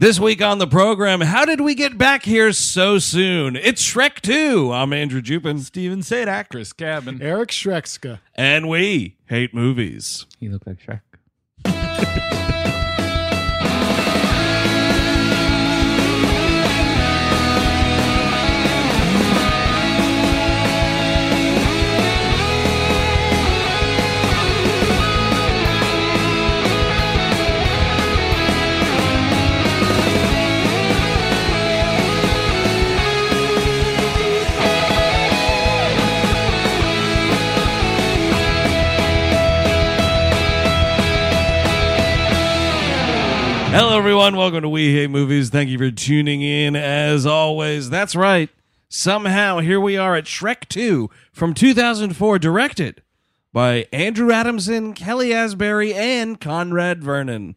This week on the program, how did we get back here so soon? It's Shrek 2. I'm Andrew Jupin. Steven Sadak. Chris Cabin. Eric Shrekska. And we hate movies. He looked like Shrek. Hello, everyone. Welcome to We Hate Movies. Thank you for tuning in as always. That's right. Somehow, here we are at Shrek 2 from 2004, directed by Andrew Adamson, Kelly Asbury, and Conrad Vernon.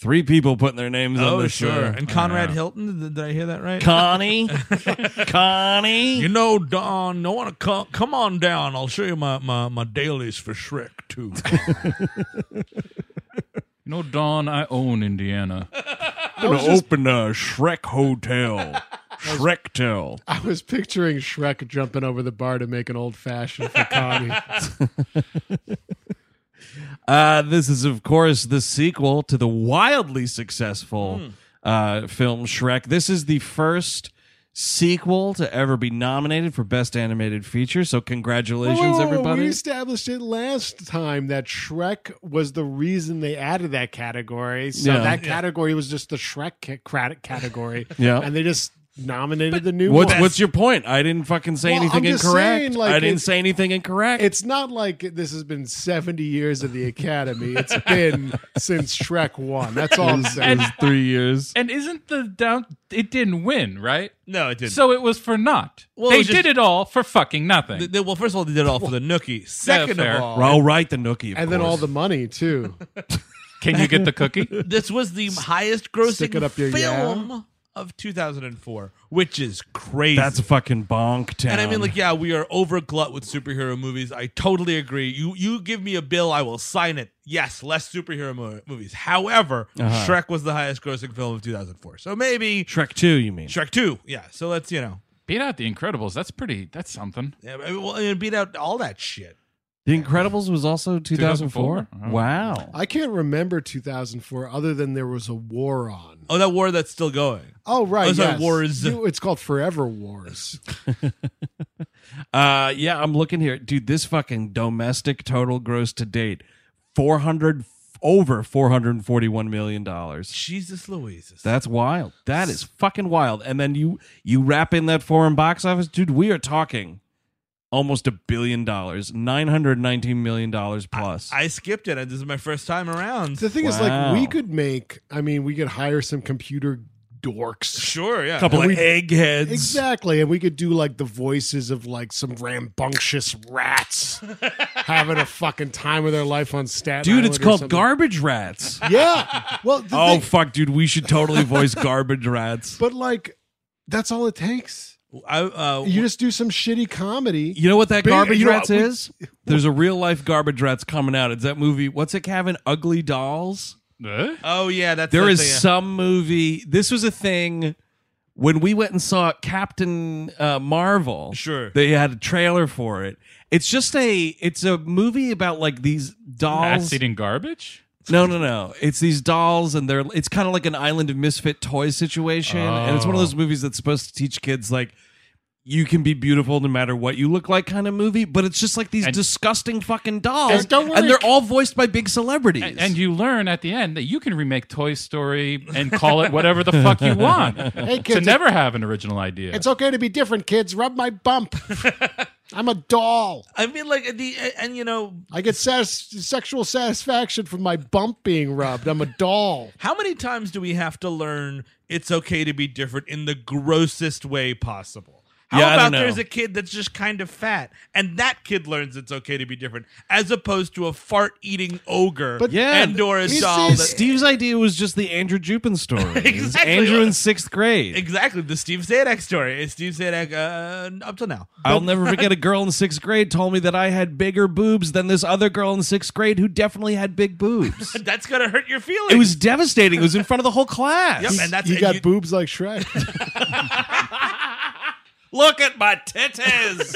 Three people putting their names on Oh, this uh, sure. show. And Conrad Hilton. Did, did I hear that right? Connie. Connie. you know, Don, I want to come, come on down. I'll show you my, my, my dailies for Shrek, too. You know, Don, I own Indiana. gonna open a Shrek hotel. Shrektel. I was picturing Shrek jumping over the bar to make an old fashioned for Connie. Uh, this is, of course, the sequel to the wildly successful Hmm. uh, film Shrek. This is the first sequel to ever be nominated for Best Animated Feature. So, congratulations, Whoa, everybody. We established it last time that Shrek was the reason they added that category. So Yeah. that category was just the Shrek ca- crat- category. Yeah. And they just nominated the new What's, one. what's your point? I didn't fucking say Well, anything I'm just incorrect. saying, like, I didn't it- say anything incorrect. it's not like this has been 70 years of the Academy. It's been since Shrek won. That's all I'm saying. three years. and isn't the down? It didn't win, right? no, it didn't. So it was for naught. Well, it they was just- did it all for fucking nothing. They- they- well, first of all, they did it all for the Nookie. Second fair. of all, All right, the Nookie. of and then course. all the money, too. Can you get the cookie? this was the highest grossing stick it up your film of 2004, which is crazy. That's fucking bonk town. and I mean, like, yeah, we are overglut with superhero movies. I totally agree. You you give me a bill, I will sign it. Yes, less superhero mo- movies. However, Uh-huh. Shrek was the highest grossing film of 2004. So maybe Shrek 2, you mean? Shrek 2. Yeah. So let's, you know, Beat out the Incredibles. That's pretty. That's something. yeah, I mean, well, and beat out all that shit. The Incredibles was also 2004. Uh-huh. 2004? Wow. I can't remember 2004 other than there was a war on. Oh, that war that's still going. Oh, right. Those are yes. wars. You- it's called Forever Wars. Uh, yeah, I'm looking here, dude. This fucking domestic total gross to date, four hundred over four hundred forty-one million dollars. Jesus Louise. That's wild. That is fucking wild. And then you you wrap in that foreign box office, dude. We are talking almost a billion dollars, nine hundred nineteen million dollars plus. I skipped it. and This is my first time around. The thing is, like, Wow. we could make, I mean, we could hire some computer dorks. Sure, yeah. couple and of we- eggheads. Exactly. And we could do, like, the voices of, like, some rambunctious rats having a fucking time of their life on Staten Dude, Island it's or called something. garbage rats. Yeah. Well, the oh thing- fuck, dude, we should totally voice garbage rats. but, like, that's all it takes. I, uh, You just do some shitty comedy. You know what that Big- garbage you know, rats we- is? There's a real life garbage rats coming out. It's that movie. What's it, Kevin? Ugly Dolls. Eh? oh yeah, that's There the is thing, yeah. some movie. This was a thing when we went and saw Captain uh, Marvel. Sure. they had a trailer for it. It's just a. It's a movie about like these dolls. Rats eating garbage. No, no, no. It's these dolls, and they're. It's kind of like an Island of Misfit Toys situation, and it's one of those movies that's supposed to teach kids like. You can be beautiful no matter what you look like, kind of movie, but it's just like these And- disgusting fucking dolls, And don't worry, they're all voiced by big celebrities. And, and you learn at the end that you can remake Toy Story and call it whatever the fuck you want. Hey, to kids, never have an original idea. It's okay to be different, kids. Rub my bump. I'm a doll. I mean, like at the and you know I get satis- sexual satisfaction from my bump being rubbed. I'm a doll. How many times do we have to learn it's okay to be different in the grossest way possible? How Yeah, I about don't know. there's a kid that's just kind of fat and that kid learns it's okay to be different as opposed to a fart eating ogre But- Yeah, and or a this doll is- that- Steve's idea was just the Andrew Jupin story. It was Exactly. Andrew in sixth grade. Exactly, the Steve Zadak story. It's Steve Zadak uh, up till now. I'll never forget a girl in sixth grade told me that I had bigger boobs than this other girl in sixth grade who definitely had big boobs. That's gonna hurt your feelings. it was devastating. It was in front of the whole class. Yep, and that's you and got you- boobs like Shrek. Look at my titties.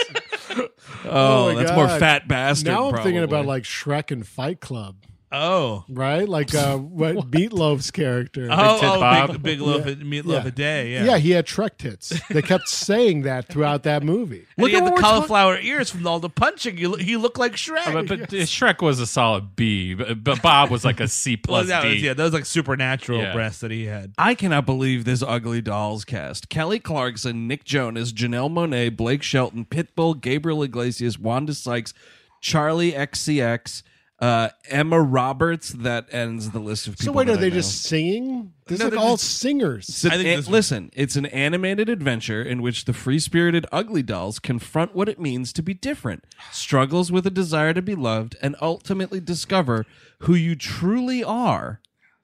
oh, my that's more God. fat bastard. now I'm thinking probably. about like Shrek and Fight Club, oh. right? Like uh, what, Meatloaf's character. Oh, Tit oh, Bob. big, big loaf, a meat loaf Yeah. a day. Yeah, yeah. he had Shrek tits. They kept saying that throughout that movie. And Look he at had what the we're cauliflower ears from all the punching. He, lo- he looked like Shrek. But, but Shrek was a solid B, but, but Bob was like a C Well, plus that D. was, yeah, that was like supernatural Yeah. breasts that he had. I cannot believe this Ugly Dolls cast. Kelly Clarkson, Nick Jonas, Janelle Monet, Blake Shelton, Pitbull, Gabriel Iglesias, Wanda Sykes, Charlie XCX, uh, Emma Roberts. That ends the list of people. So wait, that are I they know. just singing? This is No, like they're all just- singers. It's an- I think an- this- listen, it's an animated adventure in which the free spirited ugly dolls confront what it means to be different, struggles with a desire to be loved, and ultimately discover who you truly are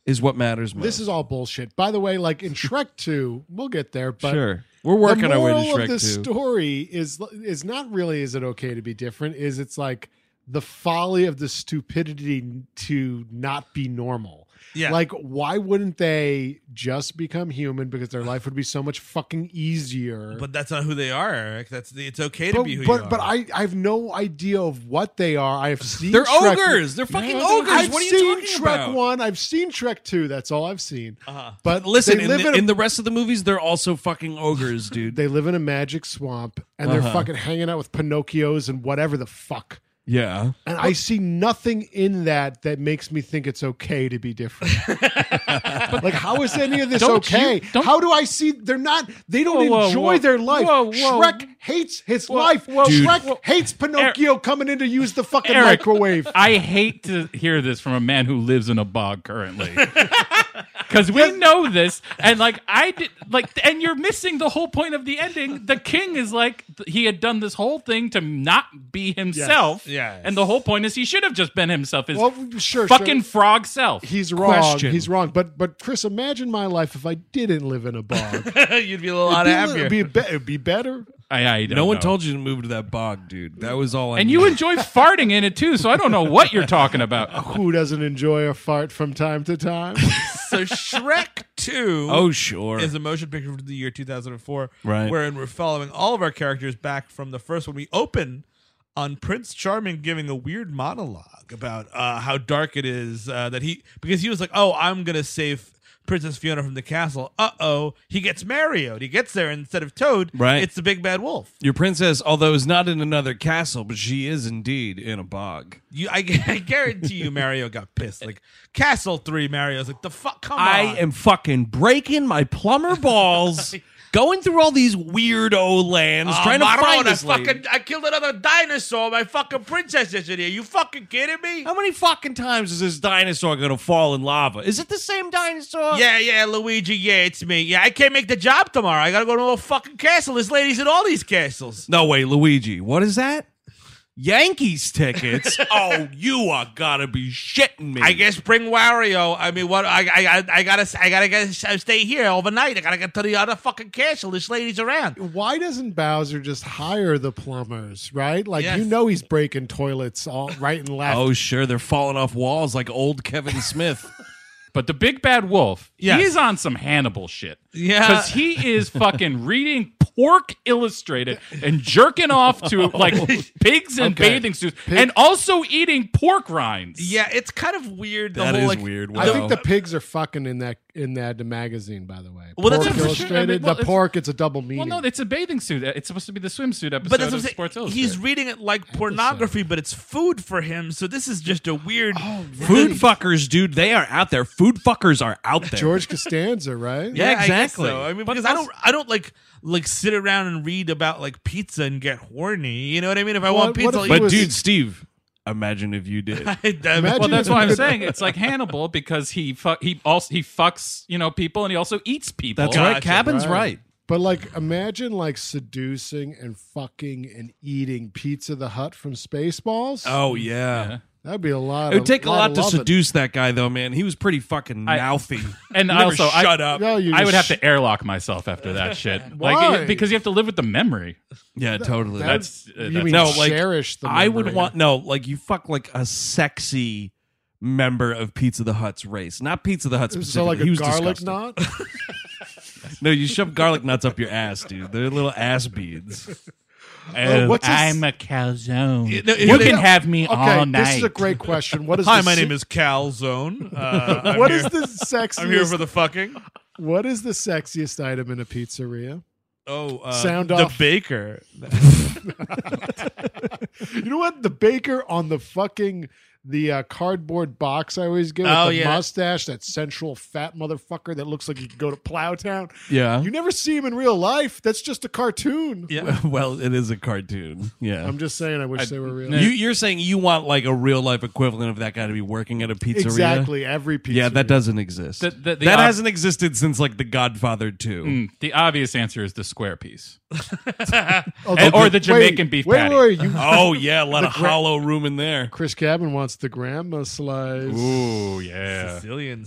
is what matters most. This is all bullshit. By the way, like in Shrek 2, we'll get there, but sure. We're working the our way moral to Shrek of this 2. story is is not really is it okay to be different? Is it's like the folly of the stupidity to not be normal. Yeah. Like, why wouldn't they just become human? Because their life would be so much fucking easier. But that's not who they are, Eric. That's the, it's okay to but, be who but, you are. but I, I have no idea of what they are. I have seen They're Shrek- ogres. They're fucking No, ogres. I've What are you seen talking Shrek about? One. I've seen Shrek Two. That's all I've seen. Uh-huh. But Listen, they in live the, in a- in the rest of the movies, they're also fucking ogres, dude. they live in a magic swamp and Uh-huh. they're fucking hanging out with Pinocchios and whatever the fuck. yeah. And I see nothing in that that makes me think it's okay to be different. like, how is any of this Don't you- okay? don't- how do I see they're not? They don't Whoa, whoa, enjoy whoa. their life. Whoa, whoa. Shrek hates his Whoa, life. whoa, Dude. Shrek whoa. hates Pinocchio coming in to use the fucking Eric. microwave. I hate to hear this from a man who lives in a bog currently. Because we know this, and like I did, like, and you're missing the whole point of the ending. The king is like th- he had done this whole thing to not be himself, Yes. and the whole point is he should have just been himself, his Well, sure, fucking sure. frog self. He's wrong. Question. He's wrong. But but Chris, imagine my life if I didn't live in a bog. You'd be a lot happier. It'd be, be, it'd be better. I, I don't No one know. told you to move to that bog, dude. That was all I and knew. you enjoy farting in it too, so I don't know what you're talking about. Who doesn't enjoy a fart from time to time? so Shrek Two. Oh, sure. Is a motion picture from the year 2004, Right. wherein we're following all of our characters back from the first one. We open on Prince Charming giving a weird monologue about uh, how dark it is uh, that he because he was like, "Oh, I'm gonna save Princess Fiona from the castle." Uh oh, he gets Marioed. He gets there and instead of Toad. Right. It's the big bad wolf. Your princess, although is not in another castle, but she is indeed in a bog. You, I, gu- I guarantee you, Mario got pissed. Like Castle Three, Mario's like, "The fuck, come I on!" am fucking breaking my plumber balls, going through all these weirdo lands, Oh, trying to Maron, find I this lady. fucking I killed another dinosaur. My fucking princess is in here. You fucking kidding me? How many fucking times is this dinosaur gonna fall in lava? Is it the same dinosaur? Yeah, yeah, Luigi. Yeah, it's me. Yeah, I can't make the job tomorrow. I gotta go to a fucking castle. This lady's in all these castles. No way, Luigi. What is that? Yankees tickets? oh, you are gotta be shitting me. I guess bring Wario. I mean, what? I I I- I gotta I gotta get, stay here overnight. I gotta get to the other fucking castle. This lady's around. Why doesn't Bowser just hire the plumbers, right? Like Yes. you know he's breaking toilets all right and left. Oh, sure, they're falling off walls like old Kevin Smith. But the big bad wolf, Yes. he's on some Hannibal shit. Yeah. Because he is fucking reading Pork Illustrated and jerking off Oh. to like pigs in Okay. bathing suits and also eating pork rinds. Yeah, it's kind of weird. The That whole, is like, weird. I Wow. think the pigs are fucking in that in that magazine, by the way. Well, that's pork for sure. I mean, illustrated. well, the it's- pork, it's a double meaning. Well, no, it's a bathing suit. It's supposed to be the swimsuit episode But that's of what I'm Sports saying. Illustrated. He's reading it like pornography, but it's food for him. So this is just a weird. Oh, Food fuckers, dude, they are out there. Food fuckers are out there. George Costanza, right? Yeah, I guess Exactly. So, I mean, But because I also- don't, I don't like like sit around and read about like pizza and get horny. You know what I mean? If I What- what want pizza, if I'll But was- dude, Steve, imagine if you did. eat them. Imagine- Well, that's why I'm saying it's like Hannibal because he fu- he also he fucks you know people and he also eats people. That's right. Gotcha, Cabin's right. Oh, right. But like, imagine like seducing and fucking and eating Pizza the Hut from Spaceballs. Oh yeah. That'd be a lot. It would take a lot, of to loving. seduce that guy, though, man. He was pretty fucking I- mouthy. And Never also, I- shut up. No, you I would have just- to airlock myself after that shit. Why? Like because you have to live with the memory. Yeah, totally. that- That's, uh, You that's- mean no, like cherish the? I would memory. want no, like you fuck like a sexy member of Pizza the Hut's race, not Pizza the Hut specifically. So like he a was garlic disgusting. knot. No, you shove garlic nuts up your ass, dude. They're little ass beads. Oh, what's his- I'm a calzone. You know, you it- can have me Okay, all night. this is a great question. What is Hi, the my se- name is Cal Zone. Uh, I'm What here- is the sexiest? I'm here for the fucking. what is the sexiest item in a pizzeria? Oh, uh, Sound the off. baker. You know what? The baker on the fucking the uh, cardboard box I always get with Oh, the yeah. mustache, that central fat motherfucker that looks like he could go to Plowtown. Yeah. You never see him in real life. That's just a cartoon. Yeah. well, it is a cartoon. Yeah. I'm just saying. I wish they were real. you, you're saying you want like a real life equivalent of that guy to be working at a pizzeria? exactly. Every pizzeria. Yeah, that doesn't exist. The- the- the that op- hasn't existed since like The Godfather 2. Mm. the obvious answer is the square piece. Oh, And- or the wait, Jamaican beef Wait, patty. wait, you. Oh yeah, a lot of hollow room in there. Chris Cabin wants the grandma slice. Ooh, yeah. Sicilian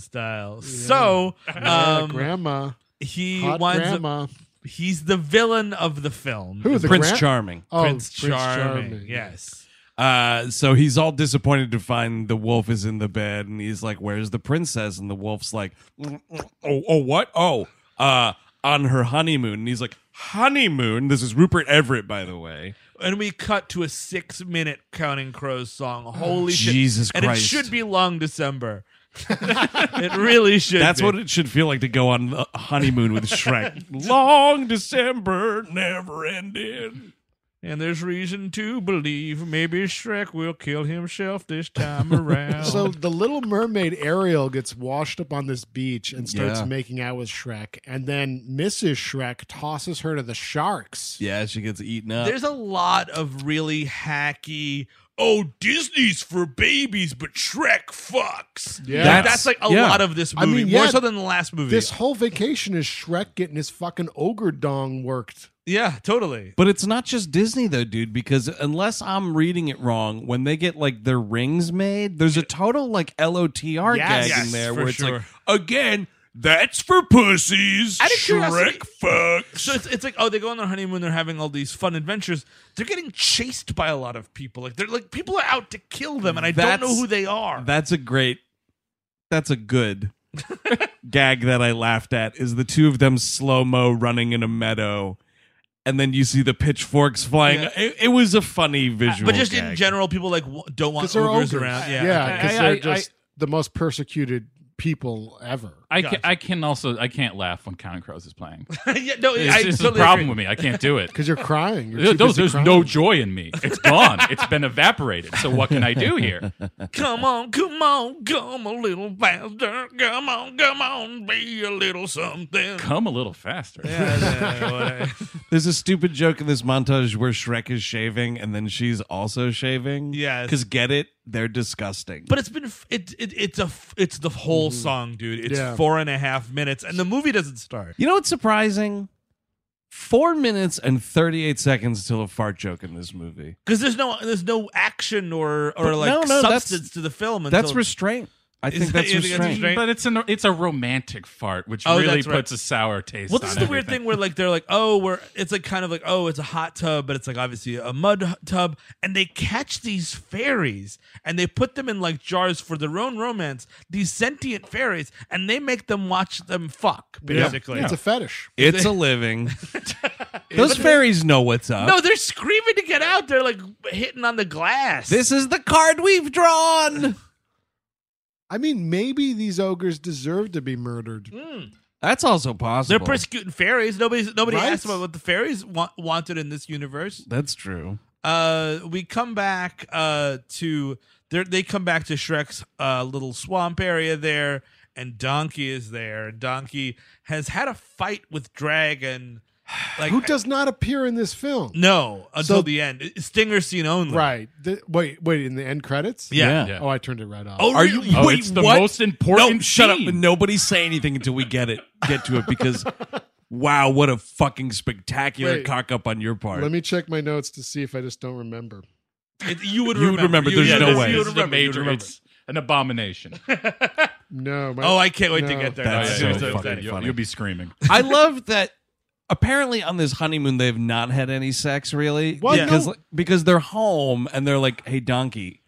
style. So um, Uh, grandma. he Hot winds up. grandma. He's the villain of the film. Who the Prince gran- Charming. Oh, Prince, Charming. Yes. Uh, so he's all disappointed to find the wolf is in the bed, and he's like, "Where's the princess?" And the wolf's like, "Mm, mm, "Oh, oh, what? Oh, uh, on her honeymoon." And he's like, "Honeymoon? This is Rupert Everett, by the way." And we cut to a six-minute Counting Crows song. Holy shit! Jesus And it Christ. should be Long December. it really should. That's be. what it should feel like to go on a honeymoon with Shrek. Long December never ended. And there's reason to believe maybe Shrek will kill himself this time around. So the Little Mermaid Ariel gets washed up on this beach and starts Yeah. making out with Shrek, and then Mrs. Shrek tosses her to the sharks. Yeah, she gets eaten up. there's a lot of really hacky. Oh, Disney's for babies, but Shrek fucks. Yeah. Like, That's- that's, like a yeah. lot of this I movie, mean, more yeah, so than the last movie. This whole vacation is Shrek getting his fucking ogre dong worked. yeah, totally. But it's not just Disney though, dude, because unless I'm reading it wrong, when they get like their rings made, there's a total like LOTR Yes. gag in Yes, there for where it's sure. like again, that's for pussies. Out of curiosity- Shrek fucks. So it's, it's like oh they go on their honeymoon they're having all these fun adventures they're getting chased by a lot of people like they're like people are out to kill them and I That's- don't know who they are That's a great that's a good gag that I laughed at is the two of them slow-mo running in a meadow. And then you see the pitchforks flying. Yeah. Uh, It, it was a funny visual, but just in gag. general people like w- don't want Because they're Uh, ogres, ogres. around yeah, yeah, okay. because I- I- they're just the most persecuted people ever. I can, Gotcha. I can also I can't laugh when Counting Crows is playing. yeah no It's, I it's a totally problem agree. with me. I can't do it. Because you're crying. You're There- too There's, busy there's crying. no joy in me. It's gone. it's been evaporated. So what can I do here? Come on, come on, come a little faster. Come on, come on, be a little something. Come a little faster. There's a stupid joke in this montage where Shrek is shaving and then she's also shaving. Yes. Because get it? They're disgusting. But it's been f- it, it it's a f- it's the whole song, dude. It's Mm-hmm. Yeah. four and a half minutes, and the movie doesn't start. you know what's surprising? Four minutes and 38 seconds till a fart joke in this movie. Because there's no there's no action or or But like no, no, that's- substance to the film. Until, That's restraint. I Is think that- that's you think that's restraint. restraint? But it's an it's a romantic fart, which Oh, really that's right. puts a sour taste. Well, this is on the weird everything. thing where like they're like, oh, we're it's like kind of like oh, it's a hot tub, but it's like obviously a mud hu- tub, and they catch these fairies and they put them in like jars for their own romance. These sentient fairies, and they make them watch them fuck basically. It's a fetish. It's a living. Those fairies know what's up. No, they're screaming to get out. They're like hitting on the glass. This is the card we've drawn. I mean, maybe these ogres deserve to be murdered. That's also they're possible. persecuting fairies. Nobody's nobody Right. asked about what the fairies want, wanted in this universe. that's true. uh we come back uh to they they come back to Shrek's uh little swamp area there and Donkey is there. And Donkey has had a fight with Dragon. Like Who does not appear in this film? no until So- the end. It's Stinger scene only. Right. The- wait, wait, in the end credits? Yeah. Yeah. Oh, I turned it right off. Oh, Are you? really? Oh, wait, it's the what? most important. No, shut up! scene. Nobody say anything until we get it. Get to it because, wow, what a fucking spectacular Wait. cock up on your part. Let me check my notes to see if I just don't remember. It- you would You would remember. remember. There's yeah, no this- way. You would This is a remember. you would major. remember. It's an abomination. No. My, Oh, I can't wait to No. get there. That's It's so so fucking exciting. You'll, funny. you'll be screaming. I love that. Apparently, on this honeymoon, they've not had any sex really. Well, Yeah. Because no. because they're home and they're like, "Hey, donkey,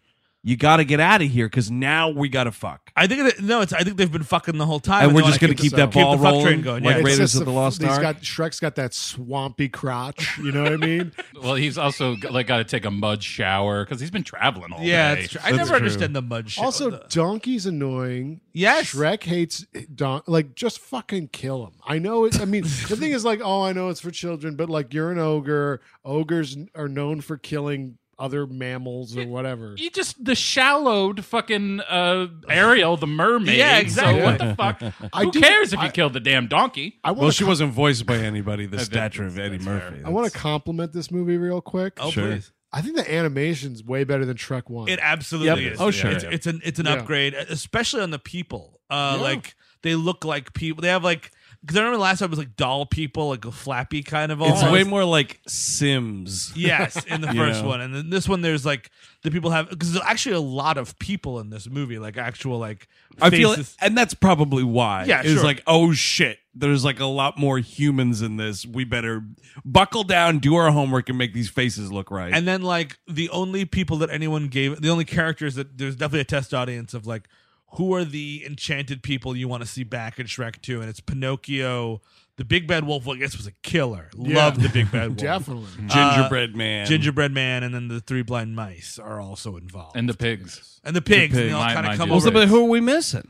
you got to get out of here because now we got to fuck." I think that, no, it's. I think they've been fucking the whole time, And we're until just I gonna get keep this that out. Keep ball the fuck train rolling, Going, like yeah. It's Raiders just of the Lost he's Ark. got Shrek's got that swampy crotch. You know what I mean? Well, he's also got- like got to take a mud shower because he's been traveling all Yeah, day. it's true. I never understand the mud shit. also, The- Donkey's annoying. Yes. Shrek hates Don. Like, just fucking kill him. I know it. I mean, the thing is, like, oh, I know it's for children, but like, you're an ogre. Ogres n- are known for killing other mammals or whatever. You just the shallowed fucking uh, Ariel, the mermaid. Yeah, exactly. So what the fuck? I Who do- cares if I- you killed the damn donkey? I Well, want. she to wasn't voiced by anybody the That's- stature of Eddie that's fair. Murphy. I want to compliment this movie real quick. oh, Sure. please. I think the animation's way better than Shrek One. It absolutely Yep. is. Oh, sure. It's, it's an it's an Yeah. upgrade, e, especially on the people. Uh, Yeah. Like they look like people. They have like because I remember last time it was like doll people, like a flappy kind of. It's almost. way more like Sims. Yes, in the You first know. one, and then this one, there's like the people have because there's actually a lot of people in this movie, like actual like I feel, faces. and that's probably why. Yeah, it's sure. like, oh shit, there's like a lot more humans in this. We better buckle down, do our homework, and make these faces look right. And then like the only people that anyone gave, the only characters that there's definitely a test audience of like who are the enchanted people you want to see back in Shrek 2 and it's Pinocchio, the Big Bad Wolf, who I guess was a killer. Love the Big Bad Wolf. definitely. uh, gingerbread man, Gingerbread Man and then the three blind mice are also involved. And the pigs. and the pigs, and pig. they all Mine- kind of mine come did. Also, over. but who are we missing?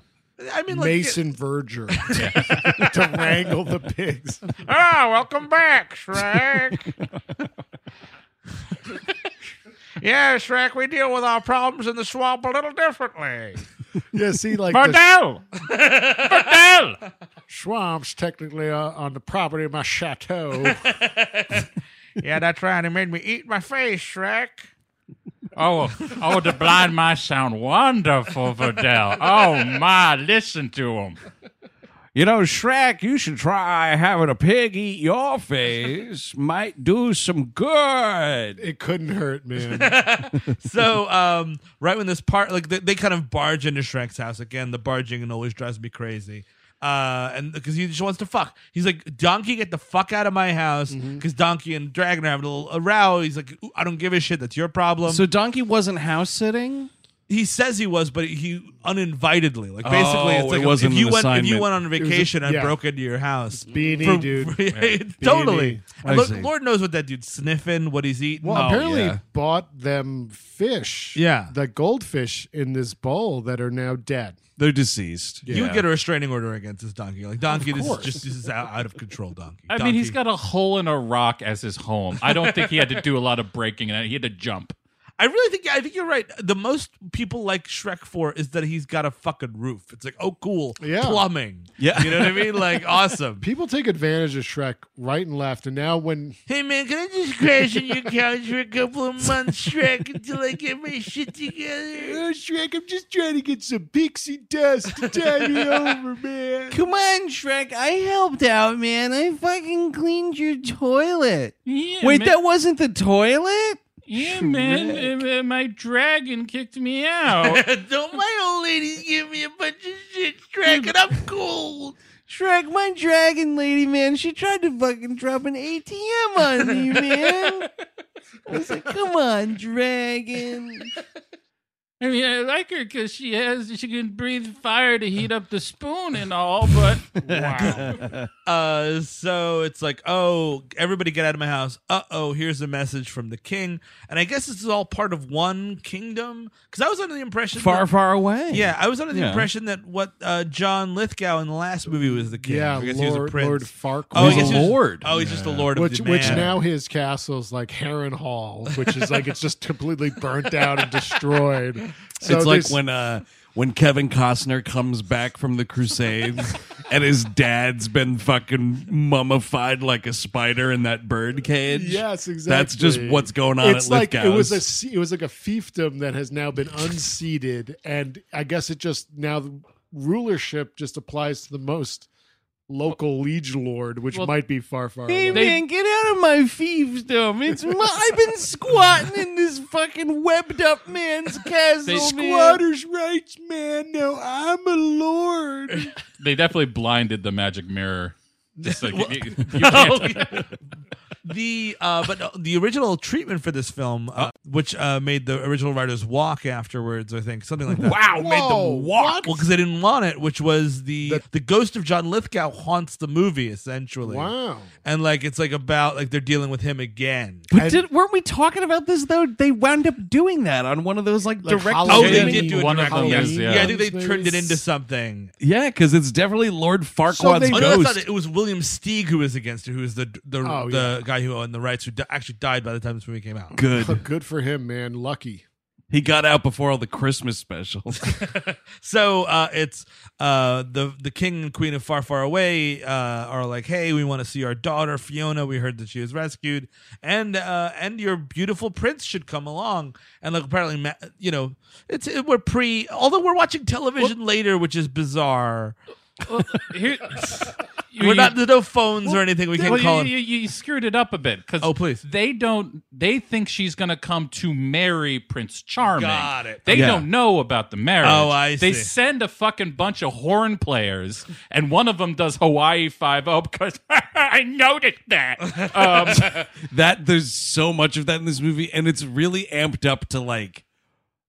I mean like Mason Verger to wrangle the pigs. Ah, welcome back, Shrek. yeah, Shrek, we deal with our problems in the swamp a little differently. Oh, Yeah, see, like the Burdell! Burdell! swamp's technically uh, on the property of my chateau. Yeah, that's right. It made me eat my face, Shrek. Oh, oh, the blind mice sound wonderful, Verdell. Oh my, listen to them. You know, Shrek, you should try having a pig eat your face. Might do some good. it couldn't hurt, man. So, um, right when this part, like they, they kind of barge into Shrek's house again. The barging always drives me crazy. Uh, and because he just wants to fuck, he's like, "Donkey, get the fuck out of my house!" Because Donkey and Dragon are having a little a row. He's like, "Ooh, "I don't give a shit. That's your problem." So Donkey wasn't house sitting. he says he was, but he uninvitedly, like basically, Oh, it's like it wasn't if you an went if you assignment. went on was a- vacation and yeah. broke into your house, Beanie, dude. yeah, totally. And I look, see. Lord knows what that dude's sniffing, what he's eating. Well, Oh, apparently yeah. bought them fish. Yeah. the goldfish in this bowl that are now dead. They're deceased. you would get a restraining order against this donkey. Like donkey, this is course. just this is out, out of control, donkey. I mean, Donkey- he's got a hole in a rock as his home. I don't think he had to do a lot of breaking, and he had to jump. I really think I think you're right. The most people like Shrek for is that he's got a fucking roof. It's like, oh, cool, Yeah. plumbing. Yeah. you know what I mean. Like, awesome. People take advantage of Shrek right and left, and now when Hey man, can I just crash on your couch for a couple of months, Shrek, until I get my shit together? oh, Shrek, I'm just trying to get some pixie dust to tie me over, man. Come on, Shrek. I helped out, man. I fucking cleaned your toilet. Wait, that wasn't the toilet? yeah, man, uh, uh, my dragon kicked me out. Don't my old ladies give me a bunch of shit, Shrek, and I'm cold. Shrek, my dragon lady, man, she tried to fucking drop an ATM on me, man. I was like, come on, dragon. I mean, I like her because she has she can breathe fire to heat up the spoon and all, but wow. Uh, so it's like, oh, everybody get out of my house. Uh oh, here's a message from the king, and I guess this is all part of one kingdom. Because I was under the impression Far, that- far away. Yeah, I was under the Yeah. impression that what uh, John Lithgow in the last movie was the king. Yeah, I guess Lord, he was a prince. Lord Farquaad. Oh, I He's guess a he was- lord. Oh, he's just the lord of which the which man. now his castle's like Heron Hall, which is like it's just completely burnt down and destroyed. So it's like this- when uh when Kevin Costner comes back from the Crusades and his dad's been fucking mummified like a spider in that bird cage. Yes, exactly. That's just what's going on It's at like Lithgow's. it was a se- it was like a fiefdom that has now been unseated, and I guess it just now the rulership just applies to the most local liege lord, which Well, might be far far away. man, get out of my fiefdom. It's my, I've been squatting in this fucking webbed up man's castle. They- rights, man. No, I'm a lord. They definitely blinded the magic mirror. Just like, you, you Oh, can't- yeah. the uh, but the original treatment for this film, uh, which uh, made the original writers walk afterwards, I think something like that. Wow, made them Whoa, walk? what? Well, because they didn't want it, which was the, the ghost of John Lithgow haunts the movie essentially. Wow. and like it's like about like they're dealing with him again. But did, weren't we talking about this though? They wound up doing that on one of those like, Like direct. Halloween. Oh, they did do it One of directly. them Yes. is, yeah. yeah. I think they Those turned it movies. into something. Yeah, because it's definitely Lord Farquaad's they- Oh, ghost. no, that's not it. It was William Steig who was against it, who was the the, Oh, the guy who owned the rights, who di- actually died by the time this movie came out. Good. Good for him, man. Lucky. He got out before all the Christmas specials. So uh, it's uh, the the king and queen of Far Far Away uh, are like, hey, we want to see our daughter Fiona. We heard that she was rescued, and uh, and your beautiful prince should come along. And like apparently, ma- you know, it's it, we're pre. Although we're watching television later, which is bizarre. Here- you- We're not there's no phones or anything. We well, can't you- call. you, him. you, you screwed it up a bit because Oh, please. they don't they think she's gonna come to marry Prince Charming. Got it. They Yeah. don't know about the marriage. Oh, I They see. send a fucking bunch of horn players, and one of them does Hawaii Five O because I noticed that. Um, that there's so much of that in this movie, and it's really amped up to like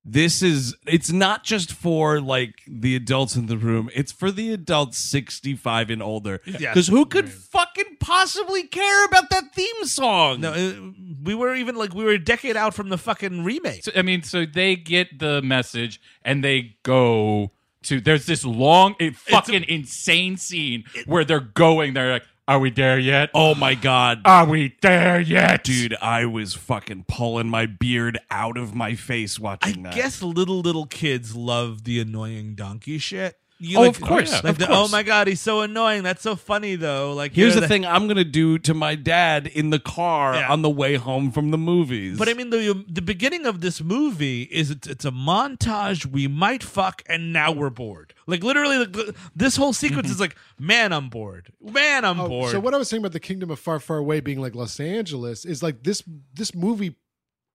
this is it's not just for like the adults in the room, it's for the adults 65 and older. Because who could fucking possibly care about that theme song? No, it- we were even like we were a decade out from the fucking remake. so- I mean, so they get the message and they go to. There's this long, it fucking insane scene where they're going. They're like, "Are we there yet? oh my god. Are we there yet, Dude, I was fucking pulling my beard out of my face I watching that. guess little little kids love the annoying donkey shit. You, Oh, of course, Like of the, course. oh my god, he's so annoying. That's so funny though. Like Here's you know, the, thing I'm gonna do to my dad in the car Yeah. on the way home from the movies. But I mean, the the beginning of this movie is it's, it's a montage. We might fuck, and now we're bored. Like literally, like, the- this whole sequence Mm-hmm. is like, man, I'm bored. Man, I'm Oh, bored. So what I was saying about the kingdom of far, far away being like Los Angeles is like this. This movie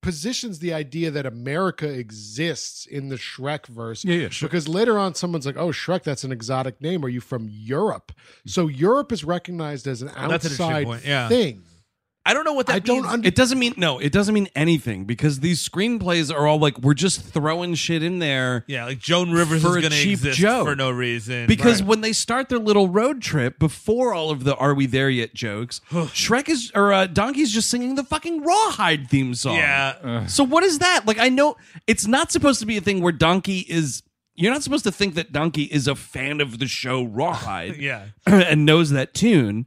positions the idea that America exists in the Shrek verse. Yeah, yeah, sure. Because later on, someone's like, "Oh, Shrek, that's an exotic name. Are you from Europe?" So Europe is recognized as an an interesting outside point, yeah. thing. I don't know what that. I don't means. under- It doesn't mean no. It doesn't mean anything because these screenplays are all like we're just throwing shit in there. Yeah, like Joan Rivers For a is going to cheap exist joke. for no reason Because Right. when they start their little road trip, before all of the "Are we there yet?" jokes, Shrek is or uh, Donkey's just singing the fucking Rawhide theme song. Yeah. So what is that? Like I know it's not supposed to be a thing where Donkey is. You're not supposed to think that Donkey is a fan of the show Rawhide. Yeah. and knows that tune.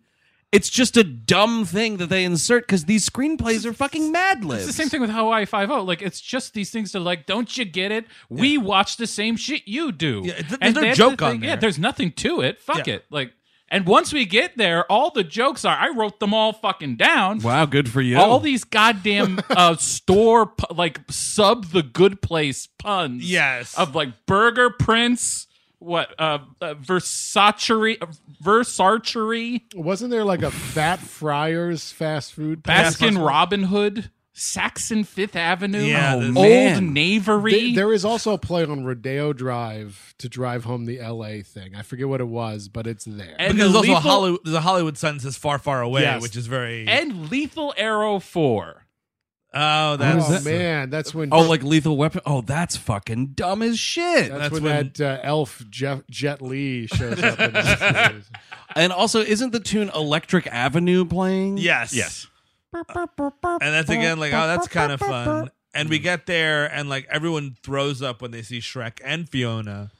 It's just a dumb thing that they insert because these screenplays are fucking mad libs. It's the same thing with Hawaii Five O. Like it's just these things to like. Don't you get it? We watch the same shit you do. Yeah, th- there's And no that's joke the on thing. Yeah, there. there's nothing to it. Fuck Yeah. it. Like, and once we get there, all the jokes are. I wrote them all fucking down. Wow, good for you. All these goddamn uh, store pu- like sub the good place puns. Yes. Of like Burger Prince, what uh, uh Versacery, Versacery, Wasn't there like a Fat Friars fast food? place? Baskin Robin Hood, Saxon Fifth Avenue, Yeah, Old this- man. Knavery. They- there is also a play on Rodeo Drive to drive home the LA thing. I forget what it was, but it's there. And Because the there's also a lethal- Hollywood, there's a Hollywood Sun says far, far away, Yes. which is very. and Lethal Arrow Four. oh, that's oh man, that's when Oh, like Lethal Weapon. Oh, that's fucking dumb as shit. That's, That's when, when- that uh, elf Jeff, Jet Lee shows up. In this series. And also, isn't the tune Electric Avenue playing? yes, Yes. and that's again like, oh, that's kind of fun. And we get there, and like everyone throws up when they see Shrek and Fiona,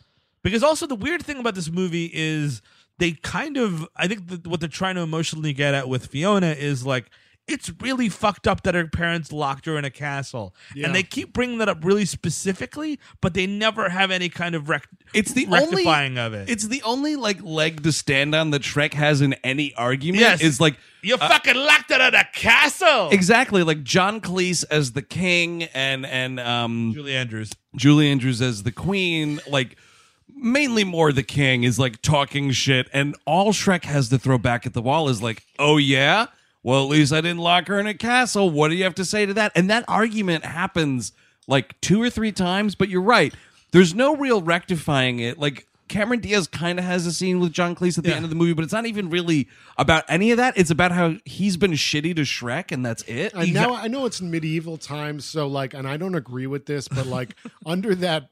because also the weird thing about this movie is they kind of, I think that what they're trying to emotionally get at with Fiona is like it's really fucked up that her parents locked her in a castle, and they keep bringing that up really specifically, but they never have any kind of rec- It's the rectifying only, of it. It's the only like leg to stand on that Shrek has in any argument. Yes. is like you fucking locked her in a castle. exactly like John Cleese as the king and and um Julie Andrews. Julie Andrews as the queen, like mainly more the king is like talking shit, and all Shrek has to throw back at the wall is like, oh yeah, well at least I didn't lock her in a castle. What do you have to say to that? And that argument happens like two or three times, but you're right. There's no real rectifying it. Like Cameron Diaz kind of has a scene with John Cleese at the end of the movie, but it's not even really about any of that. It's about how he's been shitty to Shrek, and that's it. And now I know it's medieval times, so like, and I don't agree with this, but like under that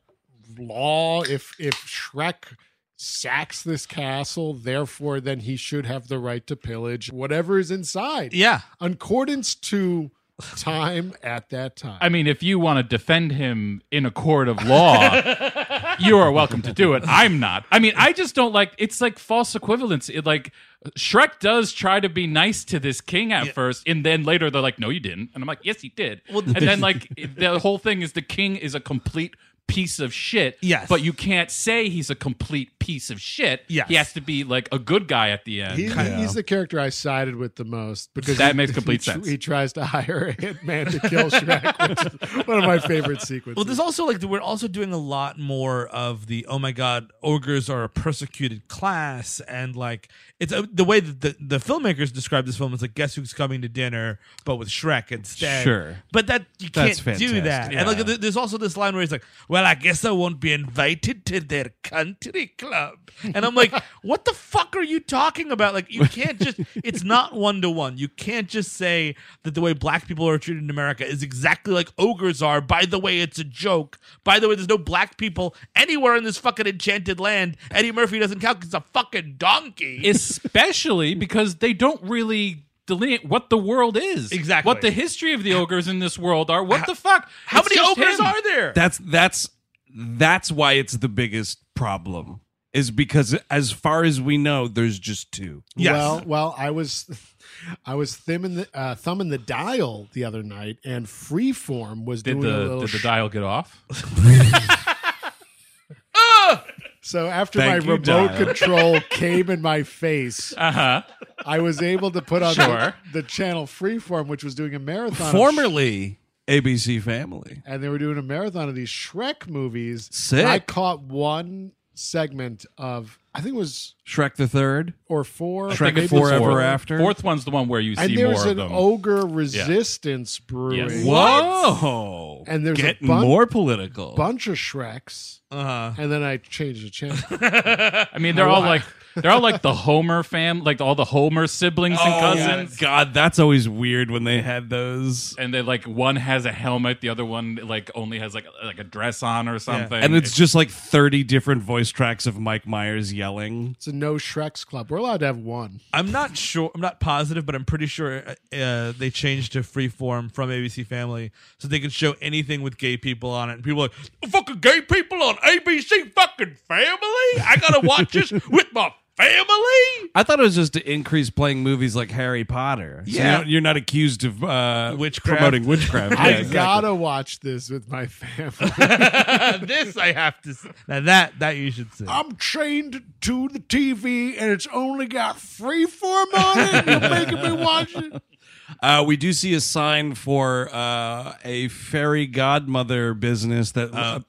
law, if if Shrek sacks this castle, therefore, then he should have the right to pillage whatever is inside. Yeah. in accordance to time at that time. I mean, if you want to defend him in a court of law, you are welcome to do it. I'm not. I mean, I just don't like it's like false equivalence. It like Shrek does try to be nice to this king at first, and then later they're like, "No, you didn't," and I'm like, "Yes, he did." and then like the whole thing is the king is a complete piece of shit. Yes. but you can't say he's a complete piece of shit. Yes. he has to be like a good guy at the end. He- he's the character I sided with the most because That he- makes complete he tr- sense. He tries to hire a hitman to kill Shrek, which is one of my favorite sequences. Well, there's also like we're also doing a lot more of the oh my god, ogres are a persecuted class, and like it's a, the way that the, the filmmakers describe this film is like guess who's coming to dinner, but with Shrek instead. Sure. but that you That's can't do that. fantastic. And like th- there's also this line where he's like, "Well, I guess I won't be invited to their country club," and I'm like, "What the fuck are you talking about? Like you can't just it's not one to one. You can't just say that the way black people are treated in America is exactly like ogres are. By the way, it's a joke. By the way, there's no black people anywhere in this fucking enchanted land. Eddie Murphy doesn't count because he's a fucking donkey. especially because they don't really delineate what the world is Exactly. what the history of the ogres in this world are what the fuck How It's many just ogres him. are there? that's that's that's why it's the biggest problem is because as far as we know there's just two Yes. Well, well, I was, I was thumbing the uh, thumbing the dial the other night, and Freeform was did doing a the little. did the sh- dial get off so after my Thank you, remote dial. control came in my face, uh-huh I was able to put on Sure. the, the channel Freeform, which was doing a marathon. of sh- formerly abc family and they were doing a marathon of these Shrek movies. Sick. And I caught one segment of I think it was shrek the third or four. or Shrek maybe it was Forever four. After. fourth one's the one where you And see more there's of an them ogre resistance brewing. Yes. whoa And there's a getting bun- more political bunch of Shreks, uh-huh. and then I changed the channel. i mean they're all like they're all like the homer fam like all the homer siblings and Oh, cousins god that's always weird when they had those and they like one has a helmet the other one like only has like like a dress on or something and it's just like 30 different voice tracks of mike myers yelling It's a no Shreks club. We're allowed to have one. I'm not sure. I'm not positive, but I'm pretty sure uh, uh, they changed to Freeform from ABC Family, so they could show anything with gay people on it. And people are like, "Fucking gay people on ABC fucking Family! I gotta watch this with my family." I thought it was just to increase playing movies like Harry Potter. So you Yeah. don't- you're not accused of uh, Witchcraft. promoting witchcraft. I Yeah, exactly. gotta watch this with my family. this I have to. s- Now that that you should see. I'm chained to the TV, and it's only got Freeform on it. You're making me watch it. Uh, we do see a sign for uh, a fairy godmother business that uh,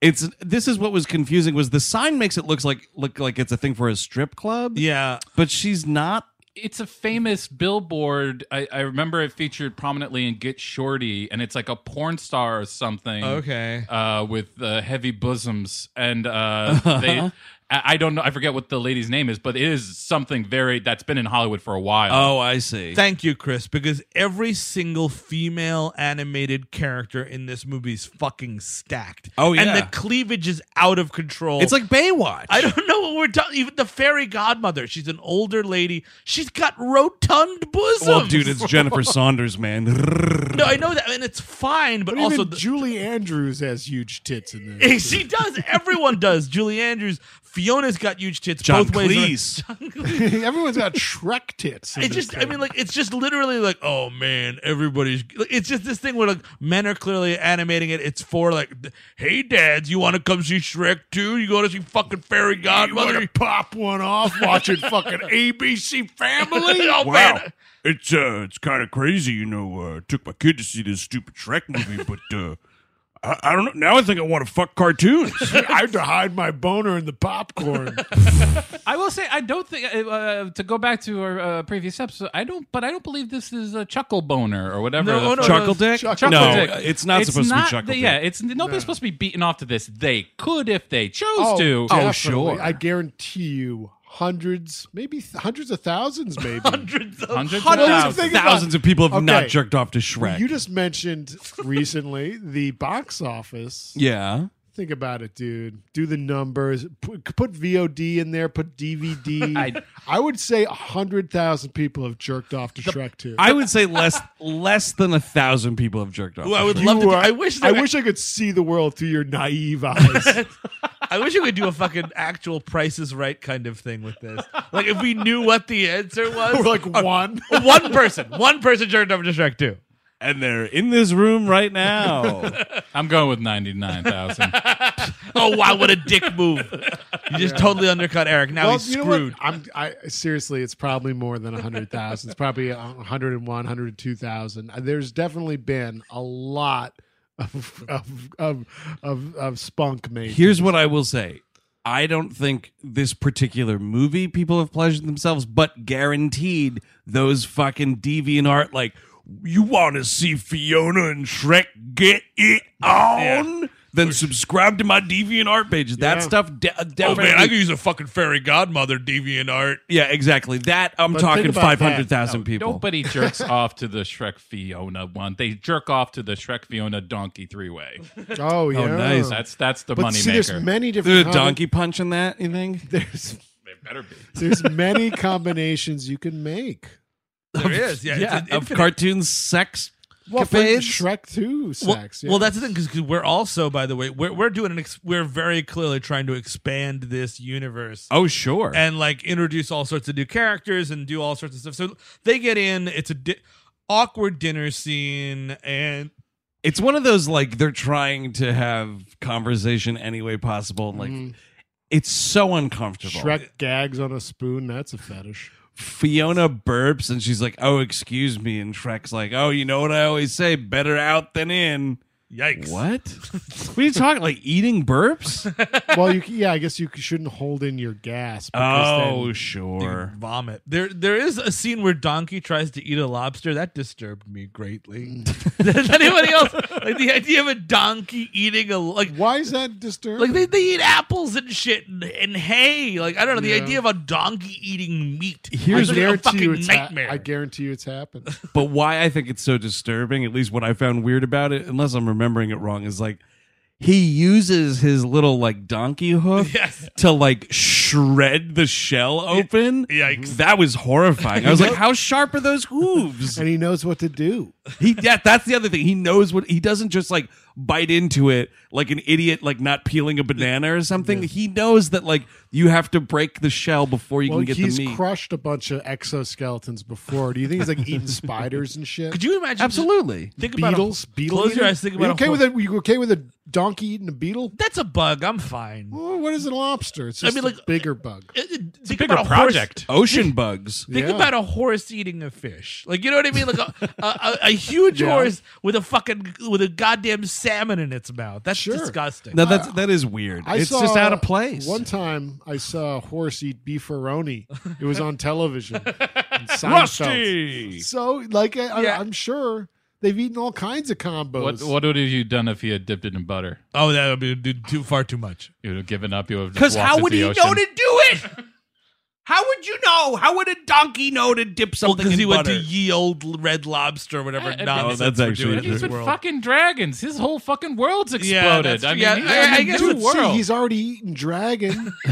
it's. This is what was confusing was the sign makes it looks like look like it's a thing for a strip club. yeah, but she's not. it's a famous billboard. I, I remember it featured prominently in Get Shorty, and it's like a porn star or something. Oh, Okay. uh, with uh, heavy bosoms, and uh, they. I I don't know. I forget what the lady's name is, but it is something very that's been in Hollywood for a while. Oh, I see. Thank you, Chris, because every single female animated character in this movie is fucking stacked. Oh, and yeah. the cleavage is out of control. it's like Baywatch. I don't know what we're talking. Even the fairy godmother, she's an older lady. She's got rotund bosoms. Well, dude, it's Jennifer Saunders, man. no, I know that, and it's fine. But Also, also, the- Julie Andrews has huge tits in this. she does. Everyone does. Julie Andrews, Fiona's got huge tits John both ways. Cleese. Everyone's got Shrek tits. in It's this just, I thing. mean, like, it's just literally like, oh man, everybody's. like, It's just this thing where like men are clearly animating it. It's for like, hey dads, you want to come see Shrek too? You go to see fucking Fairy Godmother? wanna pop one off watching fucking ABC Family. oh man, It's uh, it's kind of crazy, you know. Uh, took my kid to see this stupid Shrek movie, but uh, I, I don't know. Now I think I want to fuck cartoons. I had to hide my boner in the popcorn. I will say I don't think uh, uh, to go back to our uh, previous episode. I don't, but I don't believe this is a chuckle boner or whatever. No, the no, fuck- chuckle dick? Chuckle no, dick. it's not supposed not to be chuckle the- dick. Yeah, it's nobody's supposed to be beaten off to this. They could if they chose Oh. Oh, to. Oh, definitely. I guarantee you, hundreds, maybe th- hundreds of thousands, maybe. hundreds of Hundreds of Hundreds of thousands. things. Thousands Oh, of people have not Okay. jerked off to Shrek. You just mentioned recently the box office. yeah. Think about it, dude. Do the numbers. Put, put VOD in there. Put DVD. I- I, would say hundred thousand people have jerked off to Shrek Two. I would say less less than a thousand people have jerked off. Ooh, I to would Shrek. love to. You do- are- I wish. I there- wish I could see the world through your naive eyes. I wish we could do a fucking actual Price is Right kind of thing with this. Like if we knew what the answer was, We're like one. one person, one person jerked off to Shrek too. and they're in this room right now. I'm going with ninety nine thousand. Oh wow, what a dick move! You just totally undercut Eric. Now he's you know screwed. what? I'm I seriously, it's probably more than 100,000. It's probably 101, 102,000. Uh, There's definitely been a lot of of of of, of spunk made. Here's what I will say. I don't think this particular movie people have pleasured themselves, but guaranteed those fucking deviant art like you want to see Fiona and Shrek get it on? Then subscribe to my deviant art page. That Yeah. Oh, stuff de- Oh, definitely. use a fucking fairy godmother deviant art. yeah, exactly. That I'm But talking think about that. five hundred thousand people. Nobody jerks off to the Shrek Fiona one. They jerk off to the Shrek Fiona donkey three way. oh yeah, nice. That's that's the But money see, maker. there's many There's different a combin- donkey punch in that. You think? There's they better be. there's many combinations you can make. There is, yeah, yeah, it's an of infinite- cartoon sex. Well, for capades. Shrek Two Well, sex. well, that's the thing because we're also, by the way, we're we're doing an ex- we're very clearly trying to expand this universe Oh sure. and like introduce all sorts of new characters and do all sorts of stuff. So they get in. It's a di- awkward dinner scene, and it's one of those like they're trying to have conversation any way possible and like it's so uncomfortable Shrek gags on a spoon. That's a fetish. fiona burps and she's like oh excuse me and shrek's like oh you know what i always say better out than in yikes! what what are you talking like eating burps Well, you c- yeah, I guess you c- shouldn't hold in your gas. because then- oh sure Vomit. There, there is a scene where Donkey tries to eat a lobster. That disturbed me greatly. Mm. Does anybody else like the idea of a donkey eating a like? why is that disturbing? Like they, they eat apples and shit and, and hay. Like I don't know the Yeah. idea of a donkey eating meat. Here's It's like a fucking it's ha- nightmare. I guarantee you it's happened. but why i think it's so disturbing at least what i found weird about it unless i'm remembering it wrong is like he uses his little like donkey hook Yes. to like shred the shell open. Yikes. That was horrifying. I was like, how sharp are those hooves? and he knows what to do. He yeah, that's the other thing. He knows what he doesn't just like bite into it like an idiot, like not peeling a banana or something. He knows that like you have to break the shell before you Well, can get he's the meat. crushed a bunch of exoskeletons before. Do you think he's like eating spiders and shit? Could you imagine? Absolutely. Just, think Beetles, about a, beetle. Close your eating? eyes. Think Are about you a okay whole- with a you okay with a donkey eating a beetle? That's a bug. I'm fine. Oh, what is a lobster? It's I just mean, a like- bigger bug. It- it- It's a think bigger about horse- project. Ocean bugs. Think Yeah. about a horse eating a fish. Like you know what I mean? Like a a, a, a huge Yeah. horse with a fucking with a goddamn salmon in its mouth. That's Sure. disgusting. No, that's that is weird. I it's saw- just out of place. One time, I saw a horse eat beefaroni. It was on television. in Seinfeld. Rusty. So, like, I, Yeah. I, I'm sure they've eaten all kinds of combos. What what would have you done if you had dipped it in butter? Oh, that would be do- too far too much. You would have given up. You would have Because just walked how into would the he ocean. know to do it? How would you know? How would a donkey know to dip Well, something because in he butter? went to ye old red lobster, or whatever Yeah, nonsense. Oh, that's we're actually doing in He's this with world. fucking dragons. His whole fucking world's Yeah, exploded. that's I true. mean, Yeah, he's I- in I a guess new Dude, see, world. he's already eaten dragon.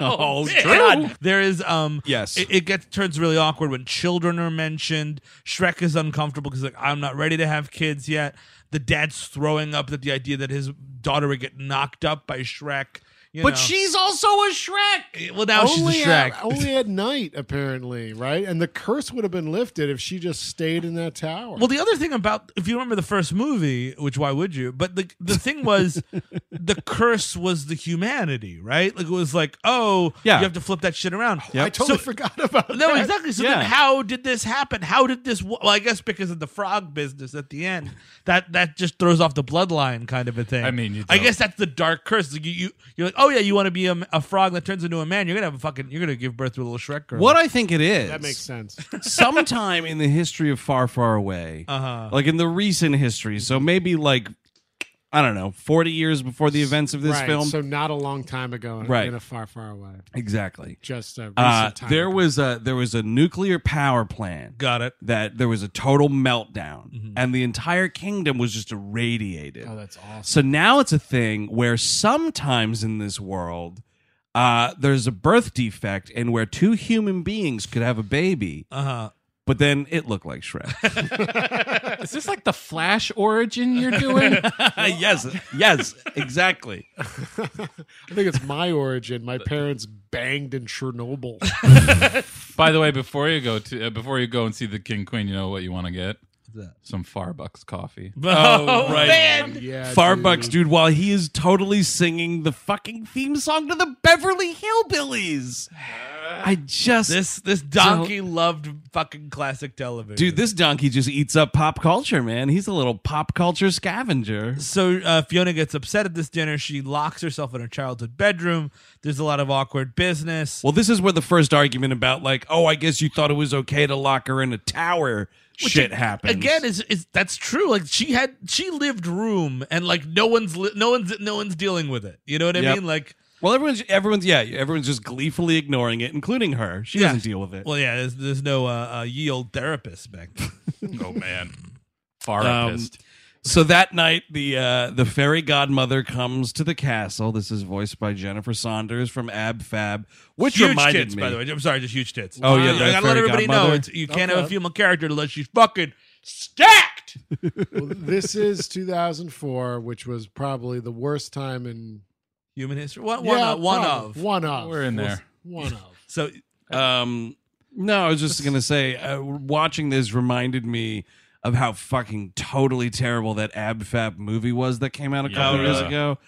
oh, Yeah. God, There is um Yes. It, it gets turns really awkward when children are mentioned. Shrek is uncomfortable because like I'm not ready to have kids yet. The dad's throwing up at the idea that his daughter would get knocked up by Shrek. you but know. she's also a Shrek. well now only she's a Shrek. At, only at night, apparently, right? And the curse would have been lifted if she just stayed in that tower. Well, the other thing about if you remember the first movie, which why would you? But the the thing was, the curse was the humanity, right? Like it was like, oh, Yeah. you have to flip that shit around. I totally So- forgot about No, that. exactly. So Yeah. then, how did this happen? How did this? Well, I guess because of the frog business at the end, that that just throws off the bloodline kind of a thing. I mean, you I don't- guess that's the dark curse. Like you, you, you're like, oh yeah, you want to be a, a frog that turns into a man? You're gonna have a fucking, you're gonna give birth to a little Shrek girl. What I think it is. That makes sense. Uh-huh. sometime in the history of far far away like in the recent history so maybe like i don't know 40 years before the events of this right. film So not a long time ago, in, Right. in a far, far away. exactly Just a recent uh, time. there ago. was a there was a nuclear power plant Got it. that there was a total meltdown and the entire kingdom was just irradiated Mm-hmm. Oh, that's awesome. So now it's a thing where sometimes in this world, uh, there's a birth defect and where two human beings could have a baby, Uh Uh-huh. huh. but then it looked like Shrek. Is this like the Flash origin you're doing? yes, yes, exactly. I think it's my origin. My parents banged in Chernobyl. By the way, before you go to uh, before you go and see the King Queen, you know what you want to get? Some Farbucks coffee. Oh, right. man. Yeah, Farbucks, dude. dude, while he is totally singing the fucking theme song to the Beverly Hillbillies. Uh, I just. This this donkey loved fucking classic television. Dude, this donkey just eats up pop culture, man. He's a little pop culture scavenger. so uh, Fiona gets upset at this dinner. She locks herself in her childhood bedroom. There's a lot of awkward business. Well, this is where the first argument about like, oh, I guess you thought it was okay to lock her in a tower shit happens. Again, is is that's true? Like she had she lived room, and like no one's li- no one's no one's dealing with it. You know what I Yep. mean? Like well, everyone's everyone's yeah, everyone's just gleefully ignoring it, including her. She Yeah. doesn't deal with it. well, yeah. There's, there's no uh, uh, ye old therapist back. Then. Oh man, Farbucks. Um, so that night, the uh, the fairy godmother comes to the castle. This is voiced by Jennifer Saunders from Ab Fab, which huge reminded tits, me. by the way. I'm sorry, just huge tits. Oh, yeah, I the gotta let fairy everybody know godmother. it's, you can't have a Okay. female character unless she's fucking stacked. Well, this is 2004, which was probably the worst time in Human history. One, one, Yeah, of, one probably. of. one of. We're in We'll there. s- One of. So Um, no, I was just gonna say, uh, watching this reminded me of how fucking totally terrible that Ab Fab movie was that came out a couple Oh, years really? ago.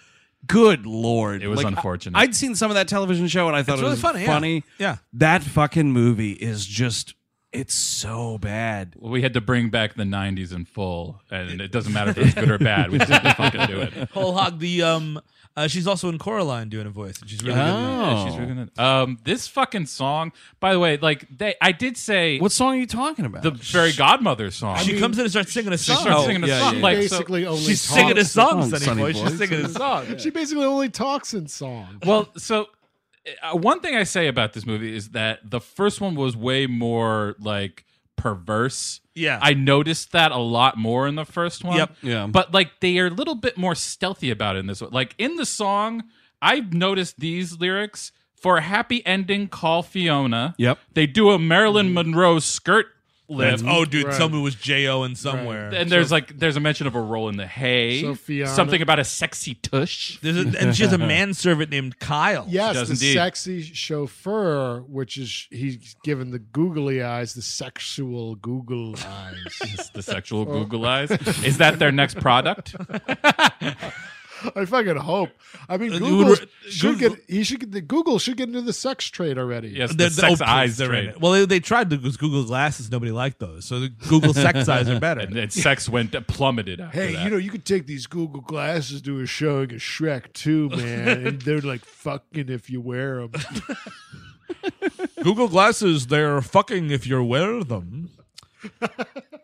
Good lord, It was Like, unfortunate. I, would seen some of that television show and I thought It's it really was funny, funny. yeah. Yeah. that fucking movie is just—it's so bad. Well, we had to bring back the '90s in full, and it doesn't matter if it's good or bad. We just have to fucking do it. Whole hog. The um, uh, she's also in Coraline doing a voice. and She's really Oh. good. in that. Yeah, she's really good. Um, this fucking song. By the way, like they, I did say What song are you talking about? the fairy godmother song. She comes in and starts singing a song. starts singing a yeah, song. yeah, Like so- basically only She's talks, singing a song, song, Sonny, Oh. Sonny boy. boy. She's singing a song. She basically only talks in song. well, so uh, one thing I say about this movie is that the first one was way more like perverse. Yeah. I noticed that a lot more in the first one. Yep. Yeah. But like they are a little bit more stealthy about it in this one. Like in the song, I've noticed these lyrics for a happy ending, call Fiona. Yep. They do a Marilyn Monroe skirt lift. That's- oh, dude, Right. someone was J.O. in somewhere. And there's like there's a mention of a roll in the hay. So Fiona- Something about a sexy tush. There's a, and she has a manservant named Kyle. Yes, does the indeed. sexy chauffeur, which is he's given the googly eyes, the sexual Google eyes. The sexual Google eyes. Is that their next product? I fucking hope. I mean, Uh, Google Google- should get he should get the Google should get into the sex trade already. Yes, the, The, the, sex oh, eyes they're in trade. it. Well, they, they tried the Google glasses. Nobody liked those. So the Google sex eyes are better. And, and sex went plummeted after Hey, that. you know, you could take these Google glasses to a showing of Shrek too, man. and they're like fucking if you wear them. Google glasses, they're fucking if you wear them.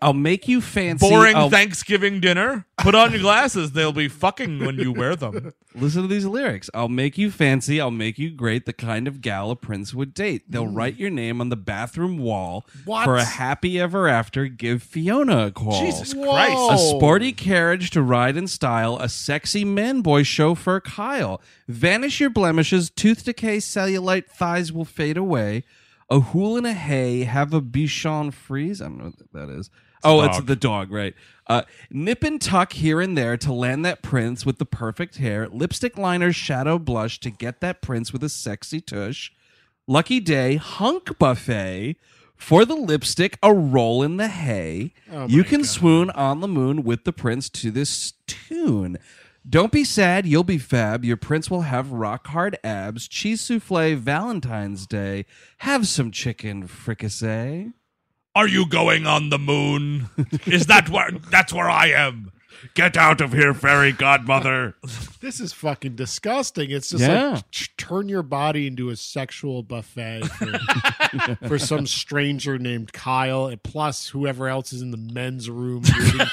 I'll make you fancy. Boring I'll- Thanksgiving dinner. Put on your glasses. They'll be fucking when you wear them. Listen to these lyrics. I'll make you fancy. I'll make you great. The kind of gal a prince would date. They'll write your name on the bathroom wall What? for a happy ever after. Give Fiona a call. Jesus Whoa. A Christ. sporty carriage to ride in style. A sexy man boy chauffeur Kyle. Vanish your blemishes. Tooth decay, cellulite, thighs will fade away. A hool and a hay have a Bichon freeze. I don't know what that is. oh, it's dog. the dog, right? Uh, nip and tuck here and there to land that prince with the perfect hair. Lipstick liner, shadow blush to get that prince with a sexy tush. Lucky day, hunk buffet. For the lipstick, a roll in the hay. you can swoon on the moon with the prince to this tune. Don't be sad, you'll be fab. Your prince will have rock hard abs. Cheese souffle, Valentine's Day. Have some chicken fricassee. Are you going on the moon? Is that where that's where I am? Get out of here, fairy godmother. This is fucking disgusting. It's just Yeah. like t- turn your body into a sexual buffet for, for some stranger named Kyle, and plus whoever else is in the men's room reading,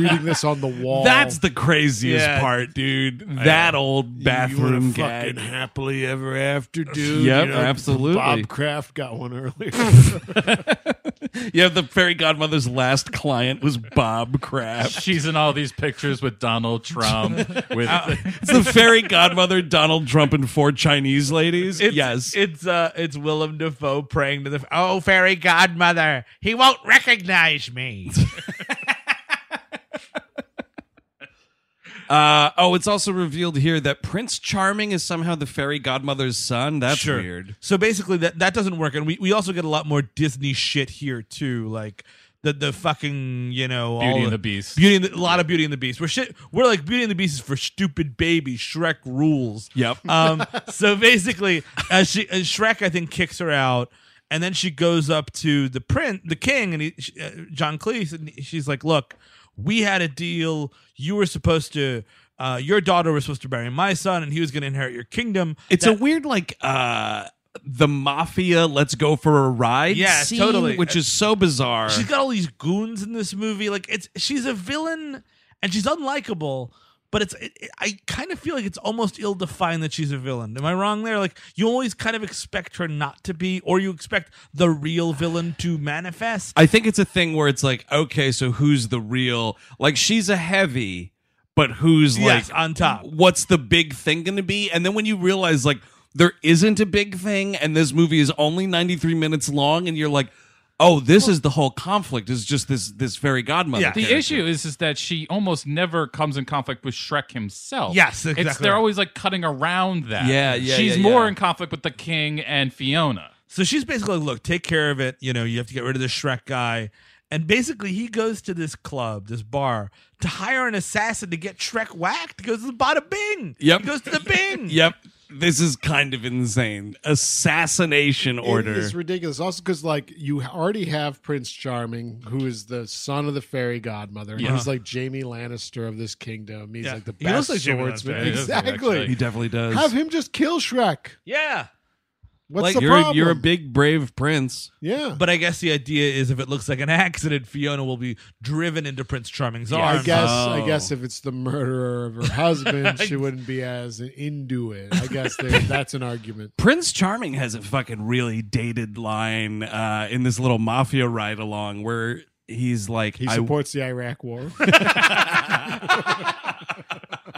reading this on the wall. That's the craziest Yeah. part, dude. That old bathroom gag. happily ever after, dude. Yep, absolutely. Bob Kraft got one earlier. Yeah, the fairy godmother's last client was Bob Kraft. She's in all these pictures with Donald Trump. With It's the fairy godmother, Donald Trump, and four Chinese ladies. It's, yes. it's uh, it's Willem Dafoe praying to the oh fairy godmother. He won't recognize me. uh, oh, it's also revealed here that Prince Charming is somehow the fairy godmother's son. That's sure. weird. So basically, that that doesn't work, and we, we also get a lot more Disney shit here too, like the the fucking you know Beauty all and the- the Beast. Beauty and the, a lot of Beauty and the Beast. We're shit. We're like Beauty and the Beast is for stupid babies. Shrek rules. Yep. Um. so basically, uh, she uh, Shrek I think kicks her out. And then she goes up to the print, the king, and he, she, uh, John Cleese, and she's like, "Look, we had a deal. You were supposed to, uh, your daughter was supposed to marry my son, and he was going to inherit your kingdom. It's a weird like uh the mafia let's go for a ride Yeah, scene, totally. which is so bizarre. She's got all these goons in this movie. Like it's she's a villain and she's unlikable. But it's it, it- I kind of feel like it's almost ill defined that she's a villain. Am I wrong there? Like you always kind of expect her not to be, or you expect the real villain to manifest. I think it's a thing where it's like okay, so who's the real like she's a heavy but who's Yes, like on top. What's the big thing going to be? And then when you realize like there isn't a big thing and this movie is only 93 minutes long and you're like Oh, this is the whole conflict. Is just this this fairy godmother. Yeah. the character. issue is, is that she almost never comes in conflict with Shrek himself. Yes, It's, exactly. they're always like cutting around that. Yeah, yeah, She's yeah, more yeah. in conflict with the king and Fiona. So she's basically like, look, take care of it. You know, you have to get rid of this Shrek guy. And basically, he goes to this club, this bar, to hire an assassin to get Shrek whacked. He goes to the Bada Bing. Yep. He goes to the Bing. Yep. This is kind of insane. Assassination order. It is ridiculous. Also, because like you already have Prince Charming, who is the son of the fairy godmother. and He's like Jamie Lannister of this kingdom. He's Yeah. like the He looks best like Jamie swordsman. Lannister. He does look exactly. actually. He definitely does. Have him just kill Shrek. Yeah. What's like the you're problem? A, you're a big brave prince. yeah. But I guess the idea is if it looks like an accident, Fiona will be driven into Prince Charming's I arms. Uh, guess Oh. I guess if it's the murderer of her husband, she wouldn't be as into it. I guess there- that's an argument. Prince Charming has a fucking really dated line uh, in this little mafia ride along where he's like, He I- supports the Iraq War.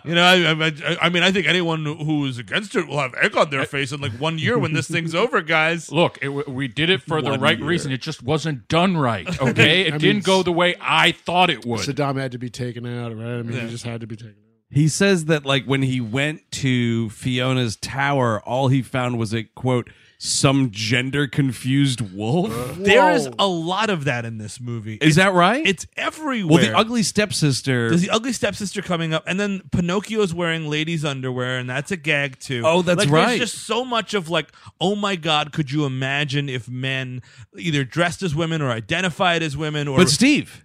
You know, I, I, I mean, I think anyone who is against it will have egg on their face in like one year when this thing's over, guys. Look, it, w- we did it for the One right year. reason. It just wasn't done right. Okay, it mean, didn't go the way I thought it would. Saddam had to be taken out, right? I mean, he just had to be taken out. He says that like when he went to Fiona's tower, all he found was a quote some gender confused wolf. There is Uh, Oh. Whoa. a lot of that in this movie. Is that right? It's everywhere. well, the ugly stepsister. There's the ugly stepsister coming up, and then Pinocchio's wearing ladies' underwear, and that's a gag too. Oh, that's like, right. There's just so much of like, oh my god, could you imagine if men either dressed as women or identified as women, or but Steve,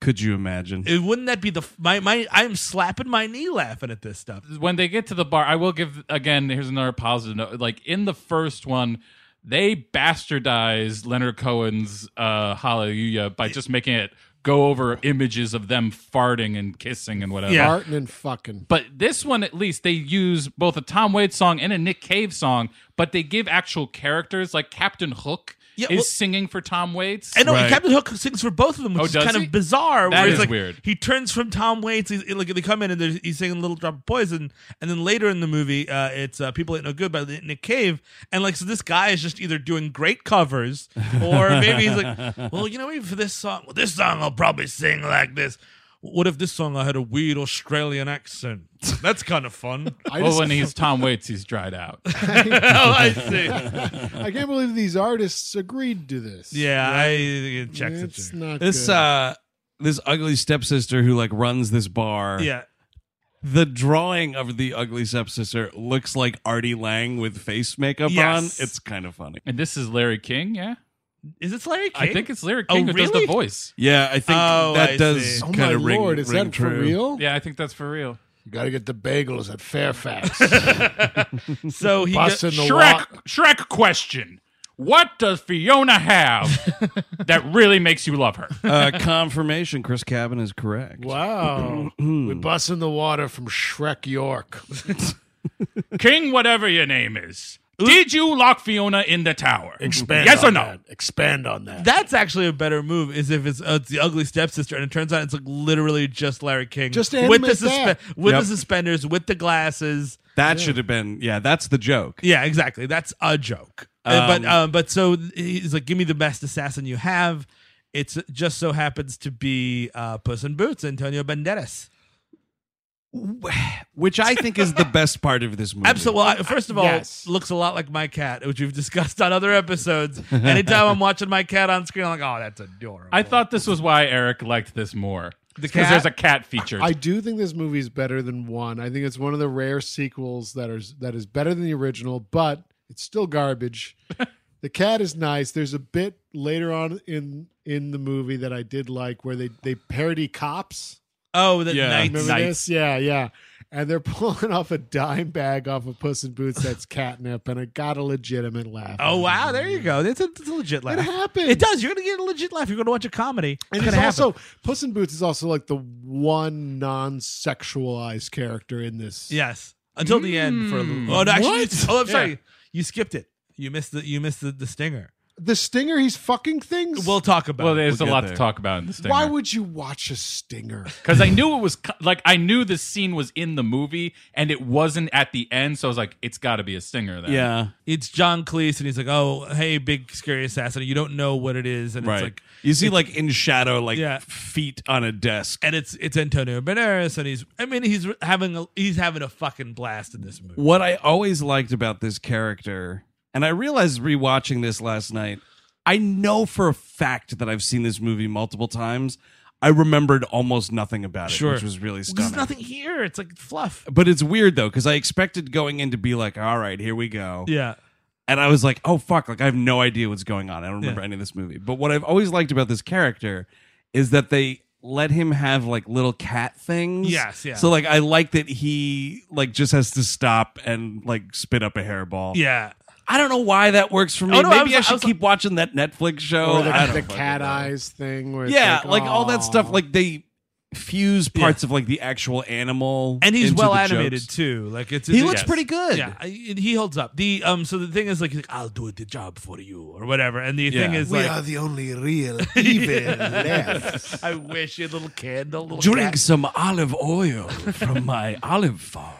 could you imagine? It- wouldn't that be the my my? I'm slapping my knee laughing at this stuff. when they get to the bar, I will give again. Here's another positive note. Like in the first one, they bastardized Leonard Cohen's uh, "Hallelujah" by just making it go over images of them farting and kissing and whatever. Yeah. Martin and fucking. But this one, at least, they use both a Tom Waits song and a Nick Cave song, but they give actual characters like Captain Hook Yeah, is well- singing for Tom Waits. And no, Right. Captain Hook sings for both of them, which Oh, is does kind he? of bizarre. That where it's is like, weird. He turns from Tom Waits. He's, he- like they come in and there's- he's singing "Little Drop of Poison," and then later in the movie, uh, it's uh, "People Ain't No Good" by Nick Cave. And like, so this guy is just either doing great covers, or maybe he's like, "Well, you know, maybe for this song, well, this song I'll probably sing like this." What if this song I had a weird Australian accent? That's kind of fun. I, well, just, when he's Tom Waits, he's dried out. oh, I see. I can't believe these artists agreed to this. Yeah, I it checks it. it's not This good. uh this ugly stepsister who like runs this bar. Yeah. The drawing of the ugly stepsister looks like Artie Lang with face makeup Yes. on. It's kind of funny. And this is Larry King, yeah? Is it Larry King? I think it's Larry Oh, King who does the really? voice. Yeah, I think Oh, that I does see. oh kind my of ring, lord, is ring that true. for Oh. real? Yeah, I think that's for real. You got to get the bagels at Fairfax. so. He Bus goes, in the Shrek, wa- Shrek question. What does Fiona have that really makes you love her? Uh, confirmation. Chris Cabin is correct. Wow. we bus in the water from Shrek York. King, whatever your name is. Did you lock Fiona in the tower? Expand yes on or no? that. Expand on that. That's actually a better move. Is if it's, uh, it's the ugly stepsister, and it turns out it's like literally just Larry King, Just to with the animate that. with Yep. the suspenders, with the glasses. That should have been. Yeah, that's the joke. Yeah, exactly. That's a joke. Uh, but um, but so he's like, "Give me the best assassin you have." It's it just so happens to be uh, Puss in Boots, Antonio Banderas. Which I think is the best part of this movie. Absolutely. Well, I- first of all, Yes. looks a lot like my cat, which we've discussed on other episodes. Anytime I'm watching my cat on screen, I'm like, "Oh, that's adorable." I thought this was why Eric liked this more. The Because cat? there's a cat featured. I do think this movie is better than one. I think it's one of the rare sequels that is that is better than the original, but it's still garbage. the cat is nice. There's a bit later on in in the movie that I did like where they they parody cops. oh, the Yeah. night Remember this? Yeah, yeah. And they're pulling off a dime bag off of Puss in Boots that's catnip, and I got a legitimate laugh. Oh wow, there you go. It's a, it's a legit laugh. happened. It does. You're gonna get a legit laugh. You're gonna watch a comedy. And it's it's gonna happen. also Puss in Boots is also like the one non-sexualized character in this. yes until the end for a little. Oh, no, actually, What? oh, I'm sorry. Yeah. You skipped it. You missed the you missed the, the stinger. The stinger, he's fucking things. We'll talk about. well, it. there's We'll a get lot there. to talk about in the stinger. Why would you watch a stinger? Because I knew it was co- like I knew this scene was in the movie and it wasn't at the end, so I was like, it's got to be a stinger then. Yeah. It's John Cleese, and he's like, "Oh, hey, big scary assassin." You don't know what it is, and Right. it's like, you see, like in shadow, like Yeah. feet on a desk. and it's it's Antonio Banderas, and he's. I mean, he's having a he's having a fucking blast in this movie. What I always liked about this character, and I realized rewatching this last night, I know for a fact that I've seen this movie multiple times. I remembered almost nothing about it, Sure. which was really There's stunning. nothing here. It's like fluff. but it's weird though, because I expected going in to be like, all right, here we go. Yeah. and I was like, oh fuck, like I have no idea what's going on. I don't remember any of this movie. But what I've always liked about this character is that they let him have like little cat things. Yes, yeah. So like I like that he like just has to stop and like spit up a hairball. Yeah. I don't know why that works for me. Oh, no, I Maybe I, was- I should was- keep watching that Netflix Oh, show. or the, I don't the fucking cat know. eyes thing. Where it's Yeah, like, all "Aw." that stuff. Like they fuse parts of like the actual animal. and he's into well the animated jokes. too. Like it's He looks yes. pretty good. Yeah, I- he holds up. The um, so the thing is like, he's like I'll do the job for you or whatever, and the thing Yeah. is we like, are the only real evil left. I wish you little kid, the little Drink cat. some olive oil from my olive farm.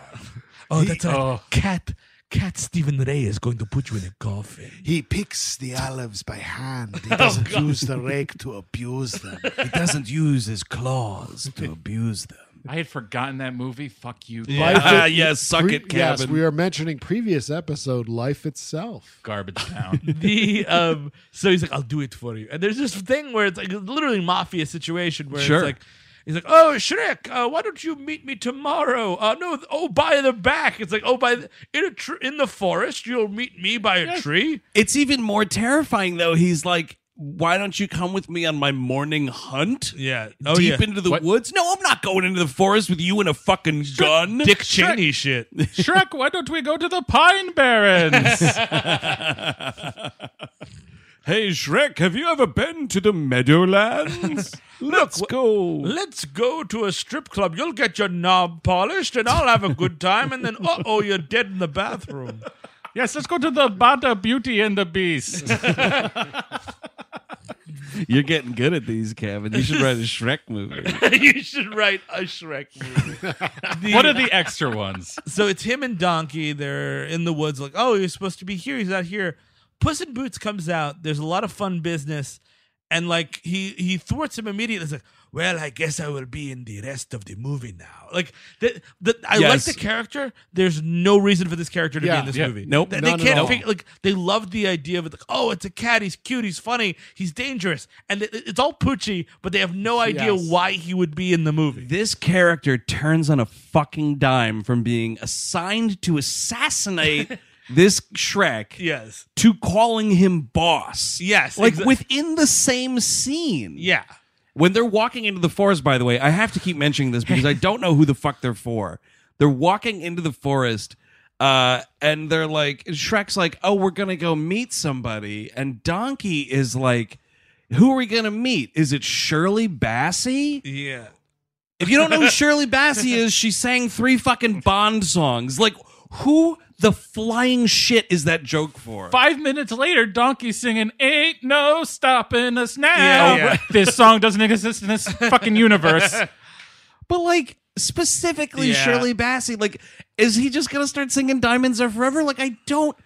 Oh, that's right. cat. Cat Stephen Ray is going to put you in a coffin. He picks the olives by hand. He doesn't use the rake to abuse them. He doesn't use his claws to abuse them. I had forgotten that movie. Fuck you. Life Uh, Ah, it- yes, suck Pre- it, yes, Cabin. we are mentioning previous episode, life itself. Garbage town. The um, so he's like, I'll do it for you. And there's this thing where it's like literally mafia situation where Sure. it's like. He's like, oh Shrek, uh, why don't you meet me tomorrow? Uh, no, th- oh by the back. It's like, oh by the, in a tr- in the forest, you'll meet me by a tree. It's even more terrifying though. He's like, "Why don't you come with me on my morning hunt?" Yeah, Deep into the What? woods? No, I'm not going into the forest with you and a fucking gun. Dick Cheney shit. Shrek, why don't we go to the Pine Barrens? Hey, Shrek, have you ever been to the Meadowlands? Let's go. Let's go to a strip club. You'll get your knob polished, and I'll have a good time. And then, uh oh, you're dead in the bathroom. Yes, let's go to the Bada Beauty and the Beast. You're getting good at these, Kevin. You should write a Shrek movie. you should write a Shrek movie. what are the extra ones? So it's him and Donkey. They're in the woods, like, oh, he was supposed to be here. He's not here. Puss in Boots comes out. There's a lot of fun business, and like he he thwarts him immediately. It's like, well, I guess I will be in the rest of the movie now. Like the, the I Yes. like the character. There's no reason for this character to be Yeah. in this Yeah. movie. Nope. they, they None at can't all. figure. Like they love the idea of it. Like, oh, it's a cat. He's cute. He's funny. He's dangerous, and it, it's all Poochie. But they have no idea Yes. why he would be in the movie. this character turns on a fucking dime from being assigned to assassinate this Shrek Yes. to calling him boss. Yes, Like exa- within the same scene. Yeah. When they're walking into the forest, by the way, I have to keep mentioning this because I don't know who the fuck they're for. They're walking into the forest. Uh, and they're like, and Shrek's like, oh, we're gonna go meet somebody, and Donkey is like, who are we gonna meet? Is it Shirley Bassey? Yeah. If you don't know who Shirley Bassey is, she sang three fucking Bond songs. Like, who the flying shit is that joke for? Five minutes later, Donkey singing "Ain't No Stopping Us Now." Oh, Yeah, yeah. This song doesn't exist in this fucking universe. But like specifically Yeah. Shirley Bassey, like, is he just gonna start singing Diamonds Are Forever? Like, I don't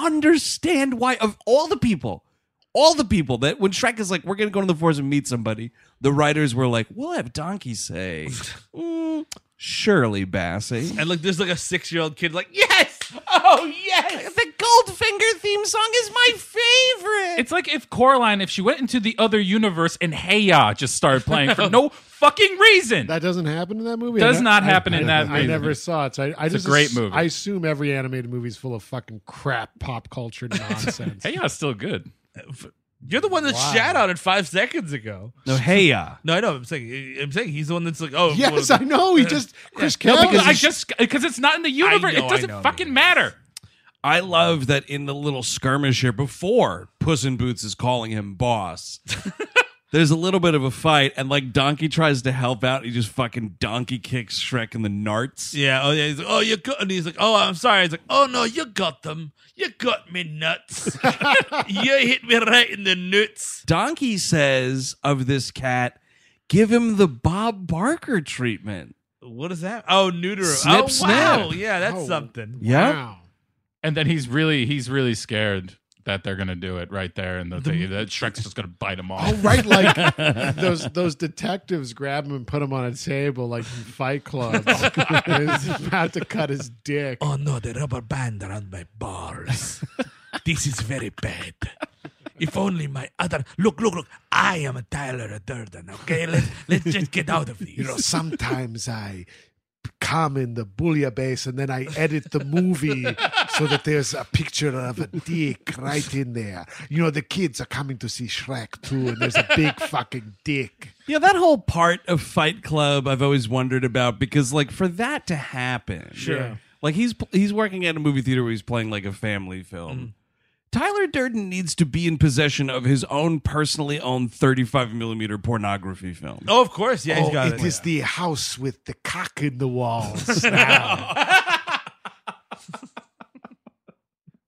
understand why of all the people, all the people that when Shrek is like, we're gonna go to the forest and meet somebody, the writers were like, we'll have Donkey say, mm, Shirley Bassey. And like, there's like a six year old kid, like, yes, oh yes, The Goldfinger theme song is my favorite. It's like if Coraline, if she went into the other universe and Hey Ya just started playing for no fucking reason. That doesn't happen in that movie. Does I ne- not I- happen I, in that I, movie. never saw it. So I, I a just great ass- movie. I assume every animated movie is full of fucking crap pop culture nonsense. hey Ya's still good. you're the one that shat on it five seconds ago. no, hey ya. No, I know. I'm saying, I'm saying he's the one that's like, oh, yes, well, I know. He just Chris No, Kelly. because I just because it's not in the universe. know, it I doesn't know, fucking matter. I love that in the little skirmish here before Puss in Boots is calling him boss. There's a little bit of a fight, and like Donkey tries to help out, he just fucking donkey kicks Shrek in the narts. yeah, oh yeah. He's like, oh, you got, and he's like, oh, I'm sorry. He's like, oh no, you got them. You got me nuts. you hit me right in the nuts. Donkey says of this cat, give him the Bob Barker treatment. What is that? Oh, neuter. Snip, oh, wow. snip. Yeah, that's Oh. something. Yeah. Wow. And then he's really he's really scared that they're gonna do it right there, and that, they, that Shrek's just gonna bite him off. Oh, right, like those those detectives grab him and put him on a table, like in Fight Club. He's about to cut his dick. Oh no, the rubber band around my balls. this is very bad. If only my other look, look, look. I am a Tyler Durden. Okay, let's let's just get out of You know, these. sometimes I come in the bouillabaisse and then I edit the movie so that there's a picture of a dick right in there. You know, the kids are coming to see Shrek too, and there's a big fucking dick. Yeah, that whole part of Fight Club I've always wondered about because like for that to happen. Sure. Like he's he's working at a movie theater where he's playing like a family Mm-hmm. film. Tyler Durden needs to be in possession of his own personally owned 35 millimeter pornography film. Oh, of course, yeah, Oh, it is the house with the cock in the walls. now.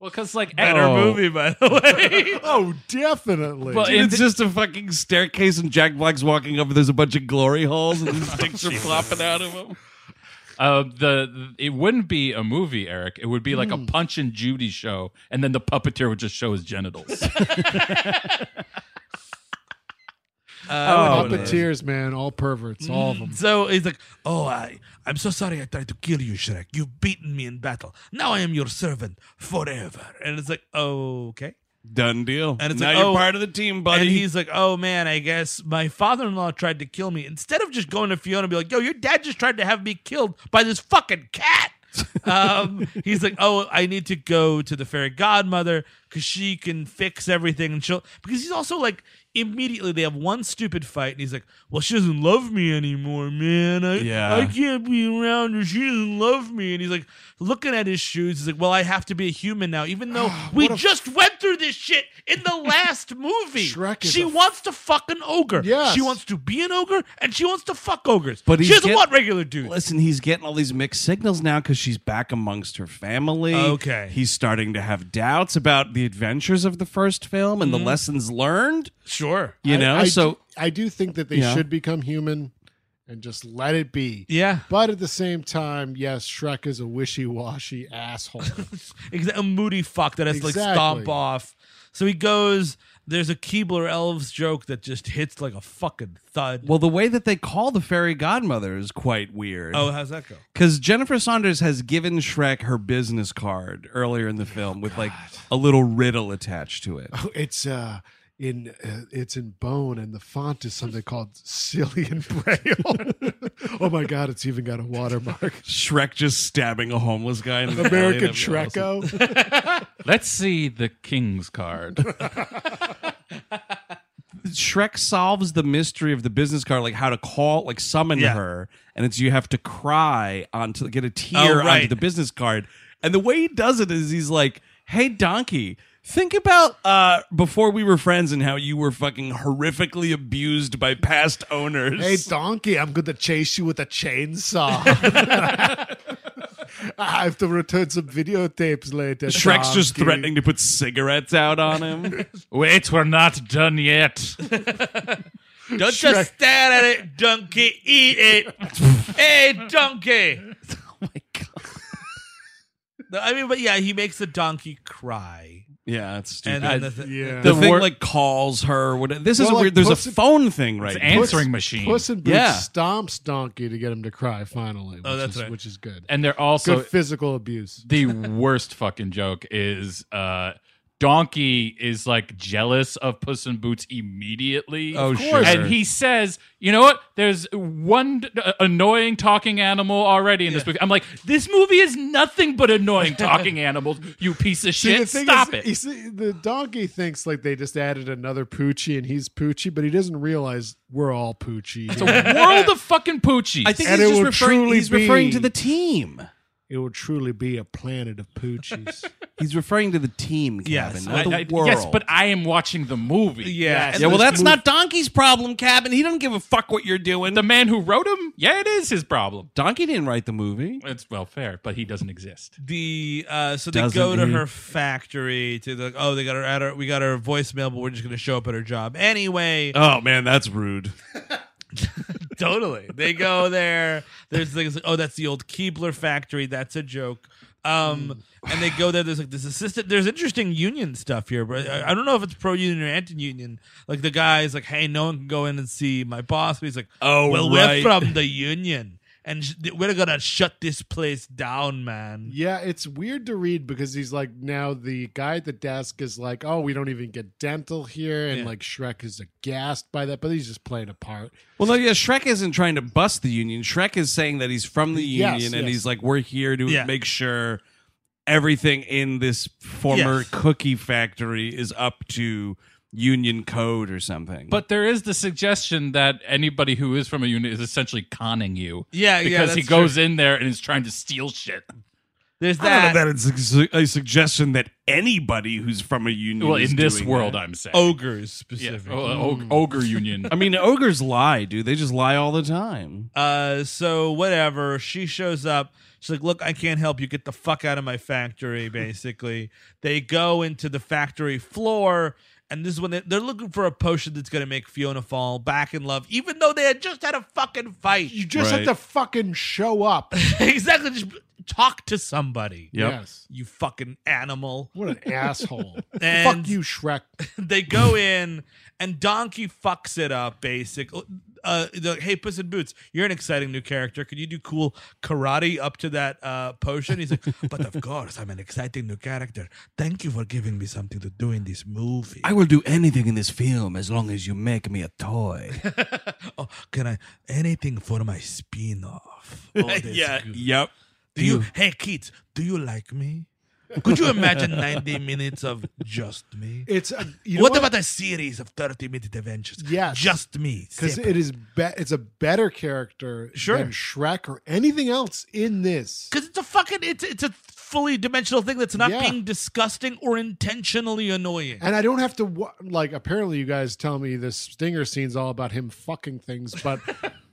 Well, because like Better Oh. movie, by the way. oh, definitely. Well, Dude, and it's just a fucking staircase and Jack Black's walking over. There's a bunch of glory holes and Oh, these dicks are flopping out of them. Uh, the it wouldn't be a movie, Eric. It would be like a Punch and Judy show, and then the puppeteer would just show his genitals. Puppeteers, man, all perverts, all of them. So he's like, "Oh, I, I'm so sorry. I tried to kill you, Shrek. You've beaten me in battle. Now I am your servant forever." And it's like, "Okay." Done deal. And it's now like, you're oh, part of the team, buddy. And he's like, "Oh man, I guess my father-in-law tried to kill me." Instead of just going to Fiona and be like, "Yo, your dad just tried to have me killed by this fucking cat." um, he's like, "Oh, I need to go to the fairy godmother because she can fix everything." And she'll because he's also like immediately they have one stupid fight, and he's like, "Well, she doesn't love me anymore, man. I Yeah. I can't be around her. She doesn't love me." And he's like looking at his shoes. He's like, "Well, I have to be a human now, even though we just went through through this shit in the last movie. Shrek is she a f- wants to fuck an ogre. Yes. She wants to be an ogre and she wants to fuck ogres. But she he's doesn't get- want regular dudes. Listen, he's getting all these mixed signals now because she's back amongst her family. Okay. He's starting to have doubts about the adventures of the first film and the lessons learned, Sure. you know? Mm-hmm. I, so, do, I do think that they Yeah. should become human and just let it be. Yeah. But at the same time, yes, Shrek is a wishy-washy asshole. Exa- a moody fuck that has to like Exactly. stomp off. So he goes. There's a Keebler elves joke that just hits like a fucking thud. well, the way that they call the fairy godmother is quite weird. Oh, how's that go? Because Jennifer Saunders has given Shrek her business card earlier in Oh the film with like a little riddle attached to it. it's uh in uh, it's in bone and the font is something called Cillian Braille. oh my god, it's even got a watermark. Shrek just stabbing a homeless guy in the alley American and everyone else is- Shreko. Let's see the king's card. Shrek solves the mystery of the business card, like how to call, like summon Yeah. her, and it's you have to cry onto get a tear onto right. the business card. And the way he does it is he's like, "Hey, donkey, think about uh, before we were friends and how you were fucking horrifically abused by past owners." Hey donkey, I'm gonna chase you with a chainsaw. I have to return some videotapes later. Shrek's just donkey. threatening to put cigarettes out on him. Wait, we're not done yet. Don't just stare at it, donkey. Eat it. hey, donkey. oh my god! No, I mean, but yeah, he makes the donkey cry. Yeah, it's stupid. And then the thi- Yeah. the thing wor- like calls her. What this is a Well, like, weird. There's a puts it- phone thing right. It's now. answering machine. Puss in Boots Yeah. stomps Donkey to get him to cry finally, which, Oh, that's is, right. which is good. And they're also good physical abuse. the worst fucking joke is uh Donkey is like jealous of Puss in Boots immediately. Oh, Of course. sure. And he says, "You know what? There's one d- uh, annoying talking animal already in this movie." I'm like, "This movie is nothing but annoying talking animals. You piece of See, the shit! thing is, Stop it!" you see, the donkey thinks like they just added another Poochie and he's Poochie, but he doesn't realize we're all Poochie. here. World of fucking poochies. I think And he's it just will referring, truly he's referring be- to the team. it will truly be a planet of Poochies. He's referring to the team, Kevin, Yes, not I- the I- world. Yes, but I am watching the movie. Yeah. yeah, well, this that's move- not Donkey's problem, Cabin. He doesn't give a fuck what you're doing. The man who wrote him, yeah, it is his problem. Donkey didn't write the movie. It's well fair, but he doesn't exist. the uh so they Doesn't go to he? her factory to the oh they got her at her we got her voicemail but we're just gonna show up at her job anyway Oh man, that's rude. totally they go there there's like oh that's the old keebler factory that's a joke um Hmm. and they go there there's like this assistant there's interesting union stuff here but i, I don't know if it's pro-union or anti-union like the guy's like hey no one can go in and see my boss but he's like Oh, well right. we're from the union and sh- we're gonna shut this place down man yeah, it's weird to read because he's like now the guy at the desk is like, oh, we don't even get dental here, and Yeah. like Shrek is aghast by that, but he's just playing a part. Well, no, yeah, Shrek isn't trying to bust the union. Shrek is saying that he's from the Yes, union and yes. he's like, we're here to Yeah. make sure everything in this former Yes. cookie factory is up to union code or something. But there is the suggestion that anybody who is from a unit is essentially conning you. Yeah, yeah, because he that's goes in there and is trying to steal shit. there's I that don't know that it's a, a suggestion that anybody who's from a union Well, is in this doing world, that. Mm. I'm saying ogres Yeah, specific. o- o- ogre union. I mean, ogres lie, dude. They just lie all the time. Uh, so whatever. She shows up. She's like, "Look, I can't help you. Get the fuck out of my factory." Basically, they go into the factory floor, and this is when they, they're looking for a potion that's gonna make Fiona fall back in love, even though they had just had a fucking fight. You just Right. have to fucking show up. exactly. Just talk to somebody. Yep. Yes. You fucking animal. What an asshole. And- Fuck you, Shrek. they go in and Donkey fucks it up basically. Uh, they're like, hey, Puss in Boots, you're an exciting new character. Could you do cool karate up to that uh, potion? He's like, but of course, I'm an exciting new character. Thank you for giving me something to do in this movie. will do anything in this film as long as you make me a toy. oh, can I anything for my spin off? yeah. Yep. Do you, hey kids, do you like me? Could you imagine 90 minutes of just me? It's a, you know what, about a series of 30 minute adventures? Yes. Just me. because separate. it is be- it's a better character Sure. than Shrek or anything else in this. Because it's a fucking it's it's a fully dimensional thing that's not Yeah. being disgusting or intentionally annoying. And I don't have to wa- like. Apparently, you guys tell me this stinger scene's all about him fucking things, but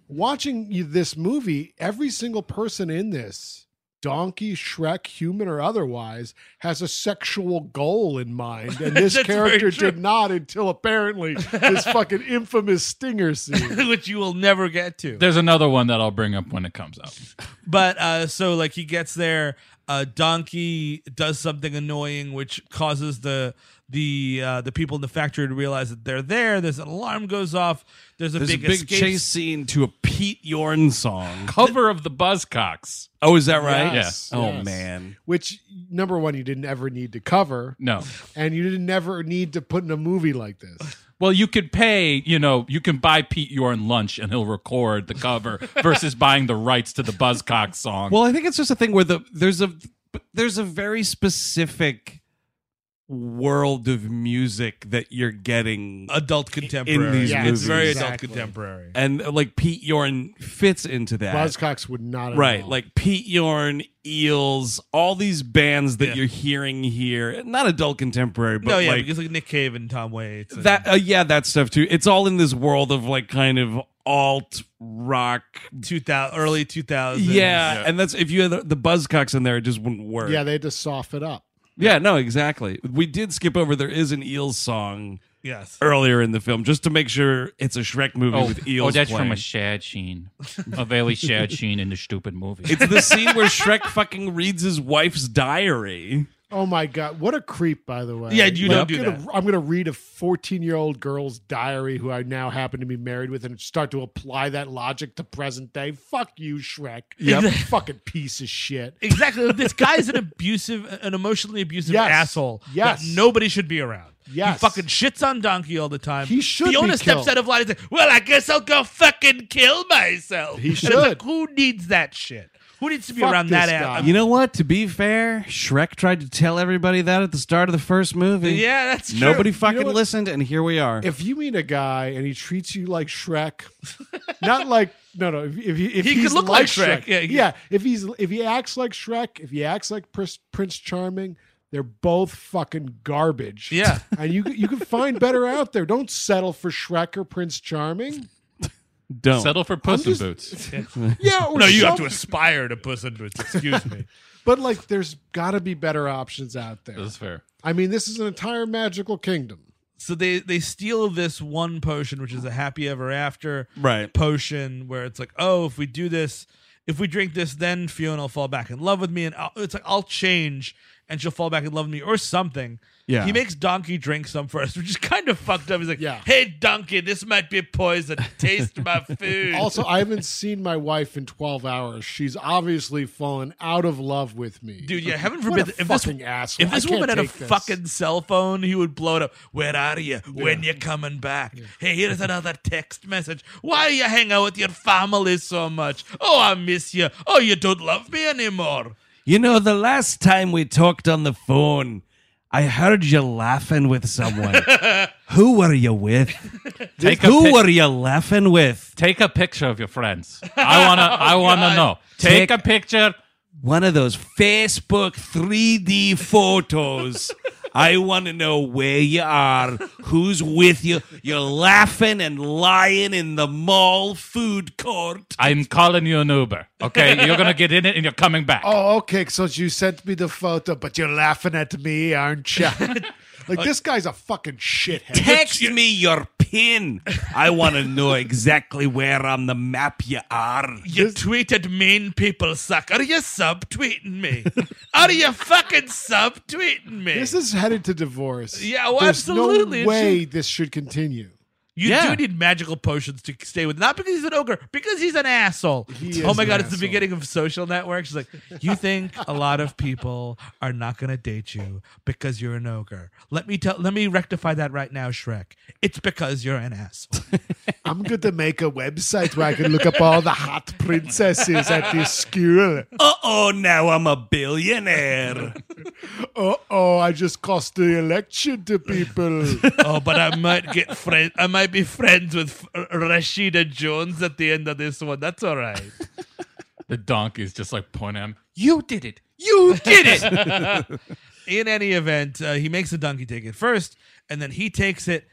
watching you, this movie, every single person in this donkey, Shrek, human or otherwise, has a sexual goal in mind, and this That's very character true. did not until apparently this fucking infamous stinger scene. Which you will never get to. There's another one that I'll bring up when it comes up. But uh, so like he gets there, uh, Donkey does something annoying, which causes the the uh, the people in the factory to realize that they're there. There's an alarm goes off. There's a There's big, a big escape chase scene to a Pete Yorn song. Cover of the Buzzcocks. Oh, is that right? Yes, Oh yes. man. Which number one, you didn't ever need to cover, No. and you didn't never need to put in a movie like this. Well, you could pay, you know, you can buy Pete Yorn lunch and he'll record the cover versus buying the rights to the Buzzcocks song. Well, I think it's just a thing where the there's a there's a very specific world of music that you're getting adult contemporary. these it's movies. very adult Exactly. contemporary. and uh, like Pete Yorn fits into that. Buzzcocks would not have Right, known. like Pete Yorn, Eels, all these bands that Yeah. you're hearing here. Not adult contemporary, but no, Oh, yeah, like because like Nick Cave and Tom Waits. and- that uh, yeah, that stuff too. It's all in this world of like kind of alt rock. 2000 early 2000s Yeah, and that's if you had the, the Buzzcocks in there, it just wouldn't work. yeah, they had to soften up. Yeah, no, exactly. We did skip over. There is an Eels song yes earlier in the film, just to make sure it's a Shrek movie Oh, with eels. oh, that's playing. from a sad scene, a very sad scene in the stupid movie. It's the scene where Shrek fucking reads his wife's diary. Oh my god, what a creep! By the way, Yeah, you don't do I'm gonna, that. I'm gonna read a 14 year old girl's diary who I now happen to be married with, and start to apply that logic to present day. Fuck you, Shrek. Yep. fucking piece of shit. exactly this guy is an abusive an emotionally abusive Yes. asshole Yes. that nobody should be around Yes. he fucking shits on donkey all the time He should fiona be steps killed. out of line and says well i guess i'll go fucking kill myself He And I'm like, should. who needs that shit who needs to be Fuck around this that guy. ass You know what? To be fair, Shrek tried to tell everybody that at the start of the first movie. yeah that's true. Nobody fucking what? listened, and here we are. If you meet a guy and he treats you like Shrek, not like no no, if, if, he- if He could he's look like Shrek. Yeah, yeah, he- if he's if he acts like Shrek, if he acts like Prince, Prince Charming. They're both fucking garbage. Yeah. and you you can find better out there. Don't settle for Shrek or Prince Charming. Don't. Settle for Puss in just- Boots. Yeah, or no you have to some- aspire to puss in boots excuse me But like, there's got to be better options out there. That's fair. I mean, this is an entire magical kingdom. so they they steal this one potion which is a happy ever after Right. potion where it's like oh if we do this if we drink this then fiona will fall back in love with me and I'll, it's like i'll change and she'll fall back in love with me or something Yeah. he makes donkey drink some first which is kind of fucked up he's like Yeah. hey donkey this might be poison taste my food Also, I haven't seen my wife in 12 hours. She's obviously fallen out of love with me. Dude, yeah, heaven What forbid a that- if this fucking asshole. if this I can't woman had a take this. fucking cell phone, he would blow it up. Where are you? When you coming back? Hey, here's another text message. Why you hang out with your family so much? Oh, I miss you. Oh, you don't love me anymore. You know, the last time we talked on the phone, I heard you laughing with someone. Who were you with? Take a Who pic- were you laughing with? Take a picture of your friends. I wanna. I wanna know. Take, Take- a picture. One of those Facebook 3D photos. I want to know where you are, who's with you. You're laughing and lying in the mall food court. I'm calling you an Uber. Okay, you're gonna get in it and you're coming back. Oh, okay. So you sent me the photo, but you're laughing at me, aren't you? like, this guy's a fucking shithead. Text me your pin. I want to know exactly where on the map you are. You tweeted mean people suck. Are you subtweeting me? Are you fucking subtweeting me? This is headed to divorce. Yeah, well, There's absolutely, it No should- way this should continue. You Yeah. do need magical potions to stay with. Not because he's an ogre, because he's an asshole. He oh is my an god, it's the asshole. beginning of social networks. It's like, you think a lot of people are not gonna date you because you're an ogre. Let me tell let me rectify that right now, Shrek. It's because you're an asshole. I'm going to make a website where I can look up all the hot princesses at this school. Uh oh, now I'm a billionaire. Uh oh, I just cost the election to people. oh, but I might get friend I might be friends with F- Rashida Jones at the end of this one. That's all right. The donkey's just like pointing at him. You did it. You did it. In any event, uh, he makes the donkey take it first, and then he takes it.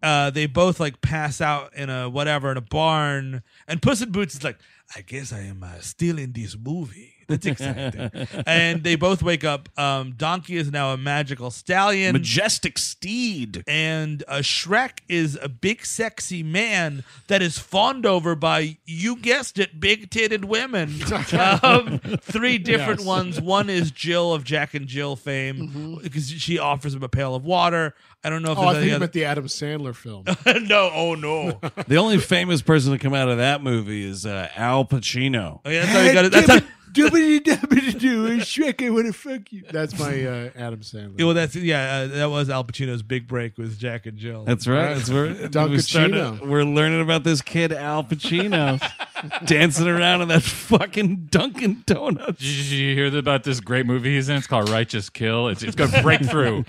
Uh, they both like pass out in a whatever in a barn, and Puss in Boots is like, "I guess I am uh, still in this movie." That's exciting. and they both wake up. Um, donkey is now a magical stallion. Majestic steed. and uh, Shrek is a big, sexy man that is fawned over by, you guessed it, big titted women. um, three different ones. One is Jill of Jack and Jill fame because she offers him a pail of water. I don't know if Mm-hmm. Oh, I there's think any about other. the Adam Sandler film. no, oh no. The only famous person to come out of that movie is uh, Al Pacino. Okay, that's how you got it. That's how. Shrek, I want to fuck you. That's my uh, Adam Sandler. Yeah, Well, that's yeah. Uh, that was Al Pacino's big break with Jack and Jill. That's right. That's where Don we started, Pacino. We're learning about this kid Al Pacino dancing around in that fucking Dunkin' Donuts. Did you hear about this great movie he's in? It's called Righteous Kill. It's, it's going to break through.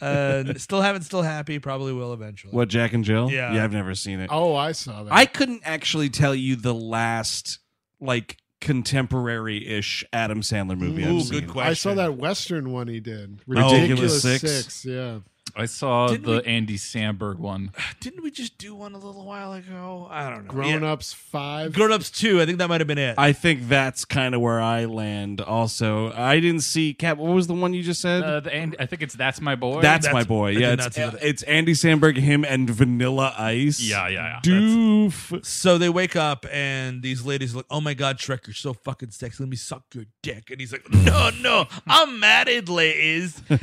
uh, still haven't, still happy. Probably will eventually. What Jack and Jill? Yeah. yeah, I've never seen it. Oh, I saw that. I couldn't actually tell you the last like contemporary-ish Adam Sandler movie Ooh, I've seen. good question. I saw that Western one he did. Ridiculous Oh, Ridiculous Six. Six. Yeah. I saw Didn't the we- Andy Samberg one. Didn't we just do one a little while ago? I don't know. Grown Yeah. Ups Five. Grown Ups 2, I think that might have been it. I think that's kind of where I land. Also, I didn't see Cap. What was the one you just said? Uh, the Andy, I think it's That's My Boy. that's, that's- my boy. I Yeah, did it's, not see that. it's Andy Sandberg, him, and Vanilla Ice. Yeah, yeah, yeah. Doof. so they wake up and these ladies are like, oh my God, Shrek, you're so fucking sexy. Let me suck your dick. And he's like, no, no, I'm married, ladies. And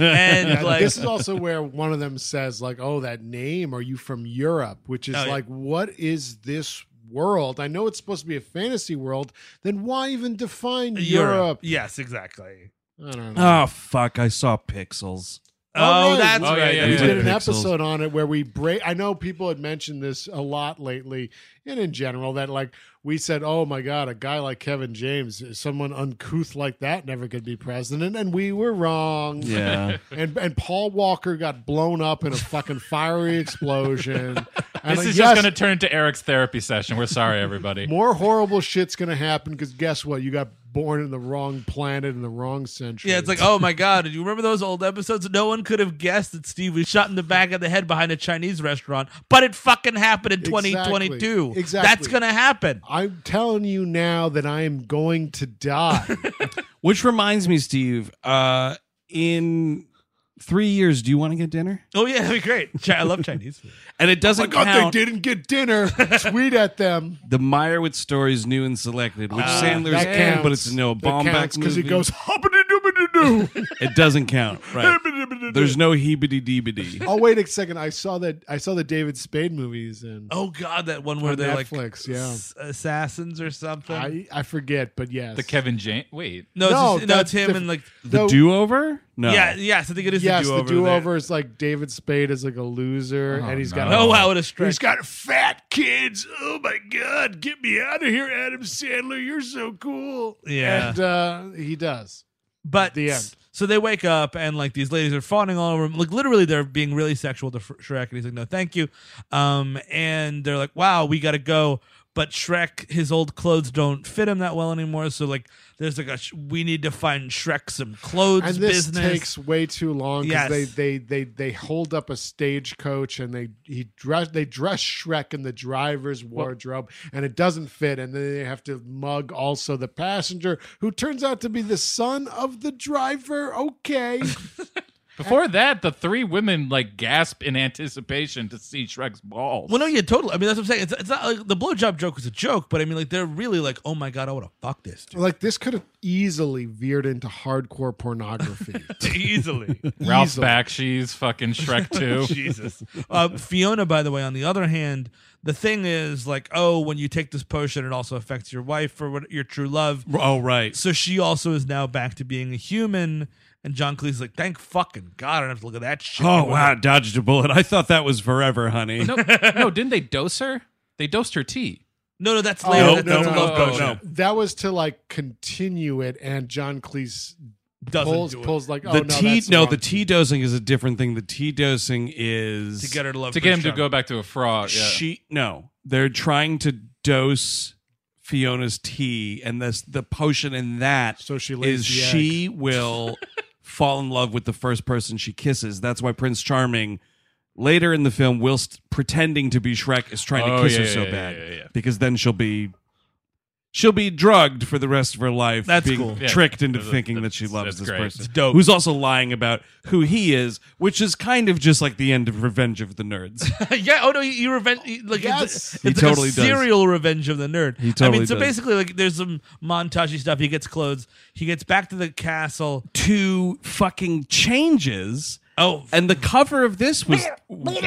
And like, this is also where one of them says, like, oh, that name, are you from Europe? Which is yeah. like, what is this world? I know it's supposed to be a fantasy world. Then why even define Europe? Yes, exactly. I don't know. Oh fuck! I saw Pixels. Oh, Oh, really? that's Oh, yeah, right. yeah, we yeah. that's did an right. Pixels. episode on it where we break. I know people had mentioned this a lot lately, and in general, that like we said, "Oh my God, a guy like Kevin James, someone uncouth like that, never could be president," and we were wrong. Yeah. and and Paul Walker got blown up in a fucking fiery explosion. And This like, is yes, just going to turn into Eric's therapy session. We're sorry, everybody. more horrible shit's gonna happen because guess what? You got born in the wrong planet in the wrong century. Yeah, it's like, oh my God, do you remember those old episodes? No one could have guessed that Steve was shot in the back of the head behind a Chinese restaurant, but it fucking happened in Exactly. 2022. Exactly. That's going to happen. I'm telling you now that I am going to die. Which reminds me, Steve. Uh, in three years, do you want to get dinner? Oh, yeah, that'd be great. Chi- I love Chinese food. And it doesn't Oh God, count. they didn't get dinner. Tweet at them. The Meyerowitz stories, new and selected, which Sandler's Ah, That in, counts. but it's no bomb back because he movie. goes hoppity doobity doo. It doesn't count. Right. There's no heebity deebity. oh wait a second! I saw that. I saw the David Spade movies and Oh God, that one where On they're Netflix, like yeah. s- assassins or something. I I forget, but yes, The Kevin James. Wait. no, it's No, just- no, that's it's him diff- and like The No. do over? No. yeah, yes, I think it is yes, the do-over. the do-over there. is like David Spade is like a loser, and he's got Oh wow, what a stretch! He's got fat kids. Oh my god, get me out of here, Adam Sandler. You're so cool. Yeah. And uh, he does. But the end. So they wake up and like these ladies are fawning all over him. Like literally, they're being really sexual to Fr- Shrek, and he's like, "No, thank you." Um, and they're like, "Wow, we gotta go." But Shrek, his old clothes don't fit him that well anymore. So like, there's like a sh- we need to find Shrek some clothes and this business. takes way too long Yes. because they, they they they hold up a stagecoach and they he dress they dress Shrek in the driver's wardrobe and it doesn't fit and then they have to mug also the passenger who turns out to be the son of the driver. Okay, Before that, the three women like gasp in anticipation to see Shrek's balls. Well, no, yeah, totally. I mean, that's what I'm saying. It's, it's not like the blowjob joke was a joke, but I mean, like they're really like, oh my god, I want to fuck this dude. like this could have easily veered into hardcore pornography. easily. Ralph Easily. Bakshi's fucking Shrek 2. Jesus. Uh, Fiona, by the way, on the other hand, the thing is like, oh, when you take this potion, it also affects your wife or what, your true love. Oh right. So she also is now back to being a human. And John Cleese is like, thank fucking God, I don't have to look at that shit. Oh wow, dodged a bullet. I thought that was forever, honey. no, no, didn't they dose her? They dosed her tea. No, no, that's Oh, later. no, that's no, that's a no, love no, potion. no. that was to like continue it, and John Cleese Doesn't pulls do it. pulls like oh the no, T that's no, wrong. the T dosing is a different thing. The T dosing is to get her to love To get him Chris to go back to a frog. Yeah. she no. They're trying to dose Fiona's tea and this the potion in that So she lays is the she will fall in love with the first person she kisses. That's why Prince Charming later in the film will st- pretending to be Shrek is trying Oh, to kiss yeah, her so yeah, bad yeah, yeah, yeah. because then she'll be she'll be drugged for the rest of her life That's being cool. Yeah. tricked into That's- thinking that that's- she loves that's this great. person It's dope. who's also lying about who he is which is kind of just like the end of Revenge of the Nerds yeah. Oh no, you, you revenge. you- Like Yes. it's, He it's totally like does. a serial revenge of the nerd. He totally I mean, so does. basically, like there's some montagey stuff. He gets clothes. He gets back to the castle. two fucking changes Oh, and the cover of this was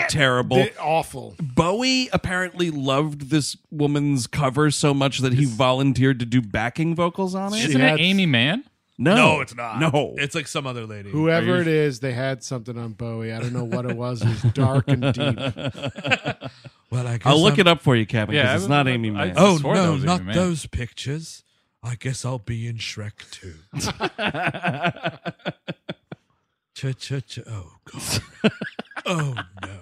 terrible They're awful. Bowie apparently loved this woman's cover so much that he volunteered to do backing vocals on it. Isn't had- it Amy Mann? No, no, it's not. No, it's like some other lady. Whoever it is, they had something on Bowie. I don't know what it was. It was dark and deep. Well, I guess I'll look I'm- it up for you, Kevin. Yeah, because it's I- not I- Amy I- Mann. I- Oh swore that no, was Amy not Mann. those pictures. I guess I'll be in Shrek 2. Cha cha cha. Oh god. Oh no.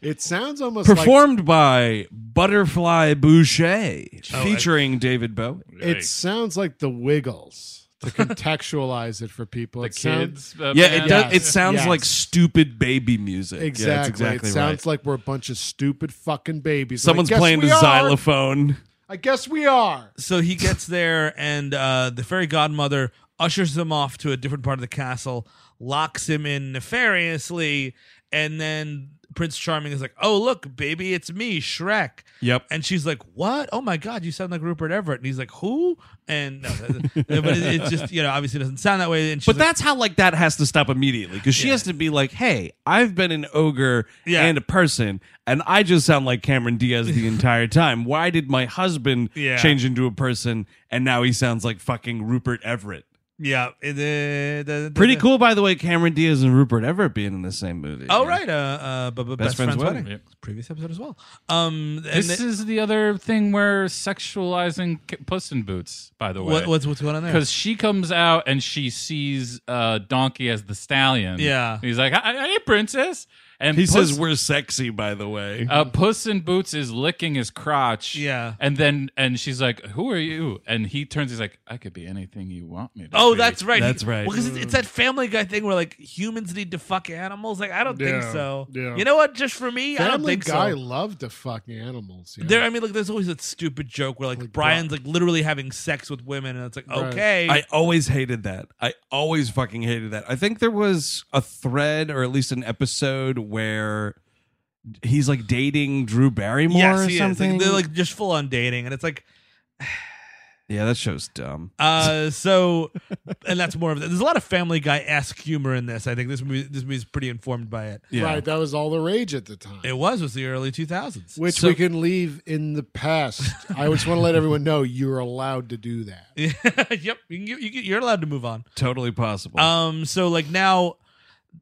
It sounds almost like performed by Butterfly Boucher, featuring David Bowie. it sounds like the Wiggles to contextualize it for people. The it sound- kids. uh, Yeah, band? it does. It Yes. sounds Yes. like stupid baby music. Yeah, that's exactly. exactly It right. sounds like we're a bunch of stupid fucking babies. And I Someone's guess playing the we are. xylophone. I guess we are. So he gets there, and uh, the fairy godmother ushers him off to a different part of the castle, locks him in nefariously, and then Prince Charming is like, "Oh look, baby, it's me, Shrek." Yep. And she's like, "What? Oh my God, you sound like Rupert Everett." And he's like, "Who?" And no, that- but it, it's just you know, obviously it doesn't sound that way. And she's But like, that's how like that has to stop immediately because she has to be like, "Hey, I've been an ogre Yeah. and a person, and I just sound like Cameron Diaz the entire time. Why did my husband Yeah. change into a person and now he sounds like fucking Rupert Everett?" Yeah, it, uh, the- the- Pretty the- cool, by the way. Cameron Diaz and Rupert Everett being in the same movie. Oh right, uh, uh, b- b- best, friend's, wedding. Yep. Previous episode as well. Um, and This the- is the other thing where sexualizing K- Puss in Boots, by the way. what, what's what's going on there? because she comes out and she sees uh, Donkey as the stallion. Yeah. he's like, "Hey, hey, princess!" And He Puss, says we're sexy, by the way. uh, Puss in Boots is licking his crotch. Yeah. and then and she's like, "Who are you?" And he turns. He's like, "I could be anything you want me to." Oh, be." that's right. That's right. Mm. Because it's, it's that Family Guy thing where like humans need to fuck animals. Like I don't think Yeah, so. yeah. You know what? Just for me, I don't Family think Guy so. loved to fuck animals. Yeah. There, I mean, like there's always that stupid joke where like, Brian's like literally having sex with women, and it's like Right. okay, I always hated that. I always fucking hated that. I think there was a thread or at least an episode where he's like dating Drew Barrymore yes, or he is. Like, something. they're like just full on dating, and it's like yeah, that show's dumb. Uh, so, and that's more of it. There's a lot of Family Guy esque humor in this. I think this movie this movie's pretty informed by it. Yeah. Right, that was all the rage at the time. It was was the early 2000s. which So- we can leave in the past. I just want to let everyone know you're allowed to do that. yep, you, you, you're allowed to move on. Totally possible. Um, so like now,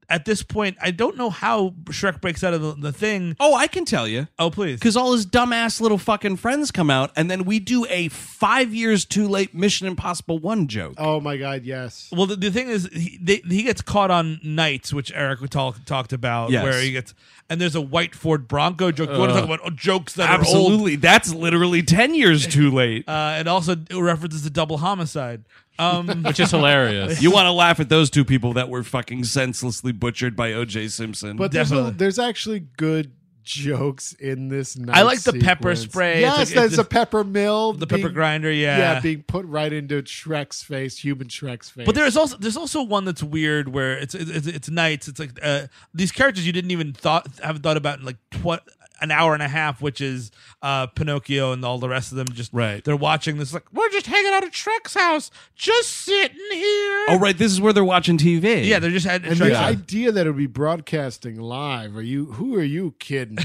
at this point, I don't know how Shrek breaks out of the, the thing. oh, I can tell you. Oh please, Because all his dumbass little fucking friends come out, and then we do a five years too late Mission Impossible 1 joke. Oh my God, yes. Well, the, the thing is, he, they, he gets caught on nights, which Eric talk, talked about, Yes. where he gets, and there's a white Ford Bronco joke. you want to talk about jokes that are old? Absolutely. That's literally 10 years too late. Uh, it also references the double homicide. Um, which is hilarious. you want to laugh at those two people that were fucking senselessly butchered by O.J. Simpson. But there's, a, definitely. there's actually good jokes in this. Night I like the pepper sequence. spray. It's Yes, like- it's there's a just- pepper mill. the pepper being- grinder, yeah. Yeah. being put right into Shrek's face, human Shrek's face. but there's also there's also one that's weird where it's it's, it's, it's nights. It's like uh, these characters you didn't even thought haven't thought about in like tw- an hour and a half, which is uh, Pinocchio and all the rest of them. Just Right. they're watching this like we're just hanging out at Shrek's house, just sitting here. oh, right. This is where they're watching TV. yeah, they're just at and Shrek's the house. idea that it would be broadcasting live. Are you? Who are you kidding?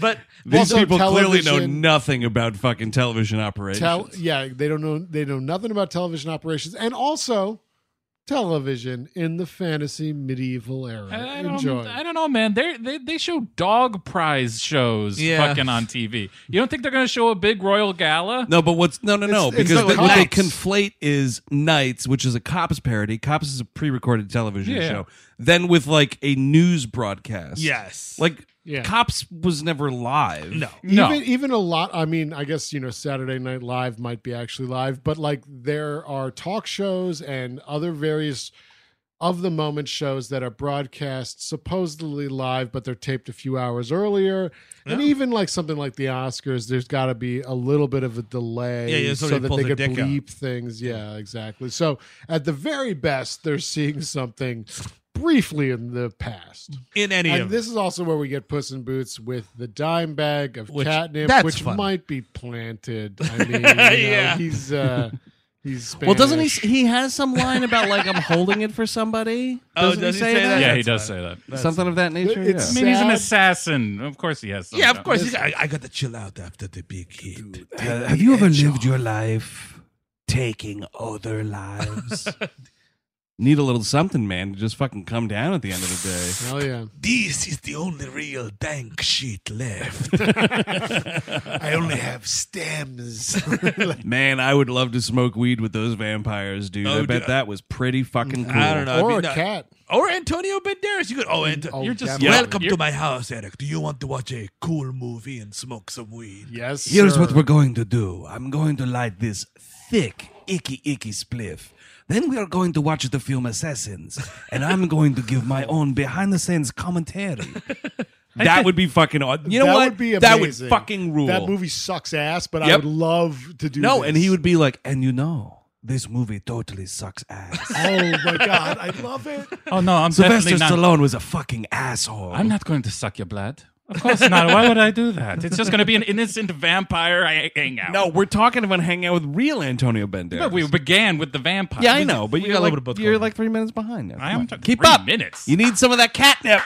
but These Also, people clearly know television- nothing about fucking television operations. Tell, yeah, they don't know. They know nothing about television operations, and also television in the fantasy medieval era. I don't, Enjoy. I don't know, man. They're, they they show dog prize shows Yeah. fucking on TV. You don't think they're gonna show a big royal gala? No, but what's no, no, no? It's- it's because not they- like what they Cops. conflate is Nights, which is a Cops parody. Cops is a pre-recorded television Yeah. show. than with like a news broadcast. Yes. Like Yeah. Cops was never live. no. No. Even even a lot. I mean, I guess you know Saturday Night Live might be actually live, but like there are talk shows and other various of the moment shows that are broadcast supposedly live, but they're taped a few hours earlier. And even like something like the Oscars, there's got to be a little bit of a delay, Yeah, yeah, so somebody that pulls they their could dick out. bleep things. Yeah, exactly. So at the very best, they're seeing something briefly in the past. In any And of this is also where we get Puss in Boots with the dime bag of Which- catnip, that's which fun. might be planted. I mean, you know, Yeah. he's uh, he's Spanish. Well, doesn't he? s- He has some line about like I'm holding it for somebody. Oh, Doesn't does he he say, say that? yeah, he that's does fine. say that. Something of that nature. It's- I mean, he's an Sad. assassin. Of course he has. Some Yeah, of kind- course. He's, I, I got to chill out after the big hit. yeah. Uh, have you ever lived your life taking other lives? Need a little something, man, to just fucking come down at the end of the day. Hell yeah! This is the only real dank shit left. I only have stems. Man, I would love to smoke weed with those vampires, dude. I Oh, bet dude. that was pretty fucking cool. I don't know. Or I a mean, no. cat. Or Antonio Banderas. You could. Oh, Anto- Oh, You're just definitely. welcome You're- to my house, Eric. Do you want to watch a cool movie and smoke some weed? Yes. Here's sir. what we're going to do. I'm going to light this thick, icky, icky spliff. Then we are going to watch the film Assassins, and I'm going to give my own behind the scenes commentary. that would be fucking odd. You know that what? Would be amazing. that would fucking rule. That movie sucks ass, but I Yep. would love to do. no, this. and he would be like, and you know, this movie totally sucks ass. Oh my god, I love it. Oh no, I'm Sylvester definitely not. Stallone was a fucking asshole. I'm not going to suck your blood. Of course not. Why would I do that? It's just going to be an innocent vampire I hang out. No, we're talking about hanging out with real Antonio Banderas. But we began with the vampire. yeah, I We- know, but you got little like, bit of both you're going. like three minutes behind now. I Come am on. t- Keep three up. minutes. You need some of that catnip.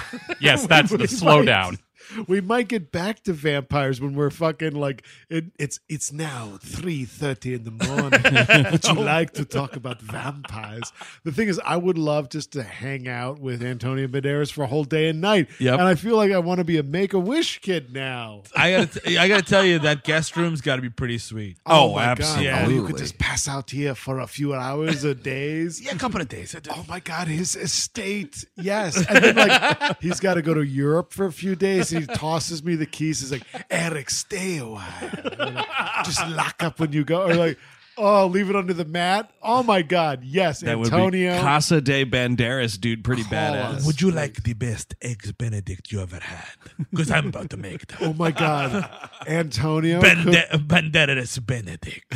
Yes, that's the We slowdown. might- We might get back to vampires when we're fucking like it, it's it's now three thirty in the morning. Would you like to talk about vampires? The thing is, I would love just to hang out with Antonio Banderas for a whole day and night. Yep. and I feel like I want to be a Make a Wish kid now. I gotta, t- I gotta tell you that guest room's got to be pretty sweet. Oh, my God. absolutely. Oh, you could just pass out here for a few hours or days. Yeah, a couple of days. Oh my God, his estate. Yes. And then, like, he's got to go to Europe for a few days. He tosses me the keys. He's like, Eric, stay a while. I'm like, Just lock up when you go. Or, like, oh, leave it under the mat. Oh my God. Yes. That Antonio. would be Casa de Banderas, dude. Pretty badass. us. Would you like the best eggs Benedict you ever had? Because I'm about to make oh them. my God. Antonio. could- Bende- Banderas Benedict.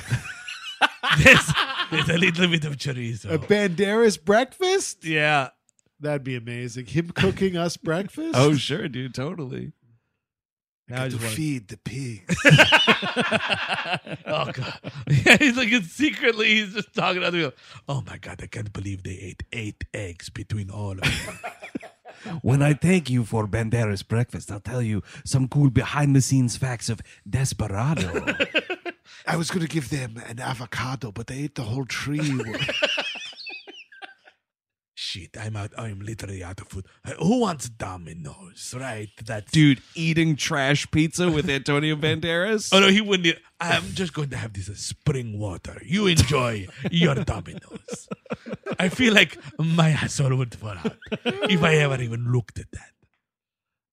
There's, there's a little bit of a chorizo. Banderas breakfast? Yeah. That'd be amazing. Him cooking us breakfast? Oh, sure, dude. Totally. Now I just want feed the pigs. Oh god. Yeah, he's like it's secretly he's just talking to other people. Oh my god, I can't believe they ate eight eggs between all of them. When I take you for Banderas breakfast, I'll tell you some cool behind the scenes facts of Desperado. I was going to give them an avocado, but they ate the whole tree. Shit, I'm out I'm literally out of food. Who wants dominoes? Right? That's dude, eating trash pizza with Antonio Banderas? Oh no, he wouldn't. eat- I'm just going to have this uh, spring water. You enjoy your dominoes. I feel like my asshole would fall out if I ever even looked at that.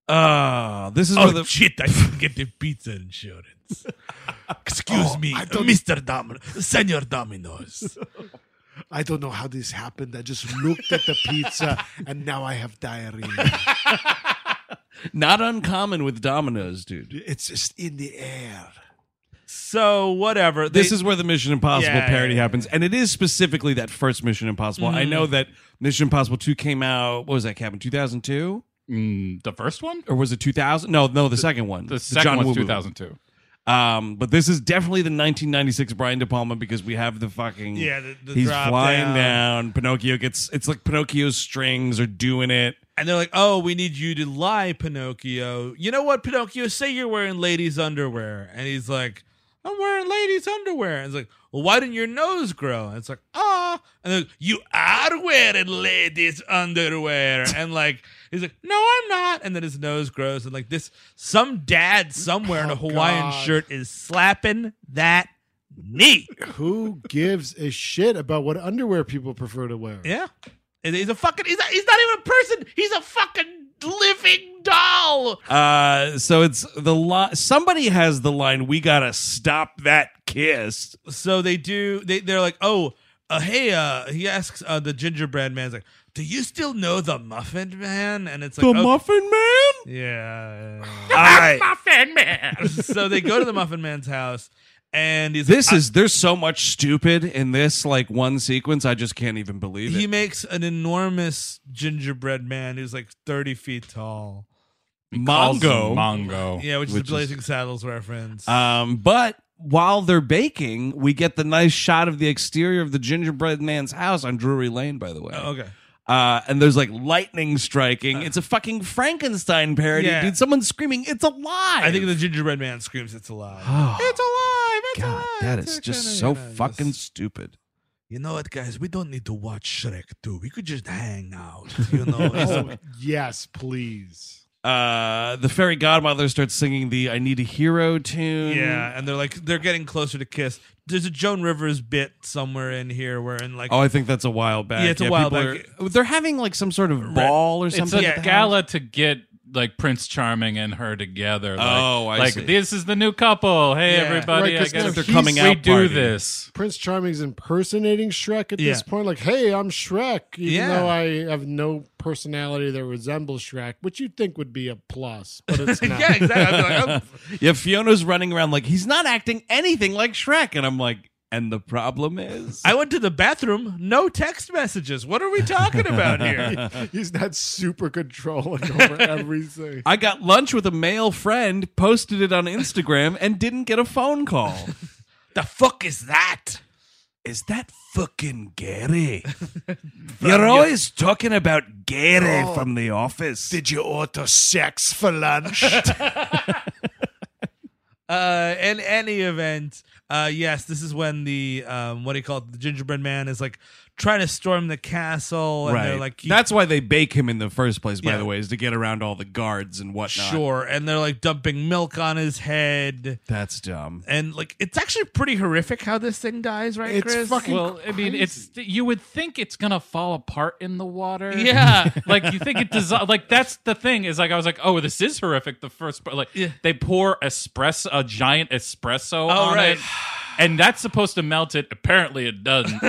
Ah, this is Oh where the shit! I should get the pizza insurance. Oh, Excuse me, Mister Domino, Senor Dominoes. I don't know how this happened. I just looked at the pizza and now I have diarrhea. not uncommon with Domino's, dude. It's just in the air. So whatever. this is where the Mission Impossible Yeah, parody yeah, Mm-hmm. yeah. happens, and it is specifically that first Mission Impossible. I know that Mission Impossible Two came out. What was that, Cabin? Two thousand two, Mm, the first one? or was it two thousand? No, no, the, second one. The second John one's Woo movie. 2002. Um, but this is definitely the nineteen ninety six Brian De Palma because we have the fucking Yeah, the- the he's drop flying down. down. Pinocchio gets it's like Pinocchio's strings are doing it. and they're like, "Oh, we need you to lie, Pinocchio. You know what, Pinocchio? Say you're wearing ladies' underwear." And he's like, "I'm wearing ladies' underwear." And it's like, "Well, why didn't your nose grow?" And it's like, "Ah." And they're like, "You are wearing ladies' underwear." And like, he's like, "No, I'm not." And then his nose grows, and like this, some dad somewhere in a Oh, Hawaiian God. shirt is slapping that knee. Who gives a shit about what underwear people prefer to wear? Yeah. And He's a fucking. He's, a, he's not even a person. He's a fucking living doll. Uh, so it's the line. Somebody has the line. We gotta stop that kiss. So they do. They they're like, oh, uh, hey. Uh, he asks uh, the gingerbread man's like, do you still know the muffin man? And it's like, oh, Muffin Man. yeah. All right. Muffin Man. so they go to the muffin man's house, and he's This like, is there's so much stupid in this like one sequence. I just can't even believe he it. makes an enormous gingerbread man who's like thirty feet tall. Mongo. Mongo. Yeah, which, Which is is- a Blazing Saddles reference. Um, but while they're baking, we get the nice shot of the exterior of the gingerbread man's house on Drury Lane, by the way. Oh, okay. Uh. Uh, and there's like lightning striking. it's a fucking Frankenstein parody, Yeah. dude. Someone's screaming, "It's alive!" I think the gingerbread man screams, "It's alive." it's alive. it's God, alive, that it's is just kinda, so you know, fucking just- stupid. You know what, guys? We don't need to watch Shrek 2. We could just hang out. You know, It's a- Oh, yes, please. Uh, the fairy godmother starts singing the "I Need a Hero" tune. Yeah, and they're like they're getting closer to kiss. There's a Joan Rivers bit somewhere in here where in like Oh, I think that's a while back. Yeah, it's a while people back. Are, they're having like some sort of ball or It's something. a at the house. gala to get like Prince Charming and her together. Like, Oh, I like see. this is the new couple. Hey, Yeah. everybody! Right, I 'cause now guess They're coming we out do party. this. Prince Charming's impersonating Shrek at Yeah. this point. Like, hey, I'm Shrek, even Yeah. though I have no personality that resembles Shrek, which you'd think would be a plus, but it's not. yeah, exactly. I'd be like, oh, I'm- Yeah, Fiona's running around like he's not acting anything like Shrek, and I'm like, and the problem is, I went to the bathroom. No text messages. What are we talking about here? He's not super controlling over everything. I got lunch with a male friend, posted it on Instagram, and didn't get a phone call. the fuck is that? is that fucking Gary? You're always talking about Gary Oh. from the office. Did you order sex for lunch? Uh, in any event, uh, yes, this is when the um, what do you call it? The gingerbread man is like trying to storm the castle, and right. they're like, That's why they bake him in the first place, by Yeah. the way, is to get around all the guards and whatnot. sure, and they're like dumping milk on his head, That's dumb. and like it's actually pretty horrific how this thing dies, right, It's Chris? fucking Well, I mean, it's you would think it's gonna fall apart in the water. Yeah. like you think it dissolves. Like that's the thing is like I was like, oh, this is horrific. The first part, like Yeah. they pour espresso, a giant espresso Oh, on right. it, and that's supposed to melt it. Apparently, it doesn't.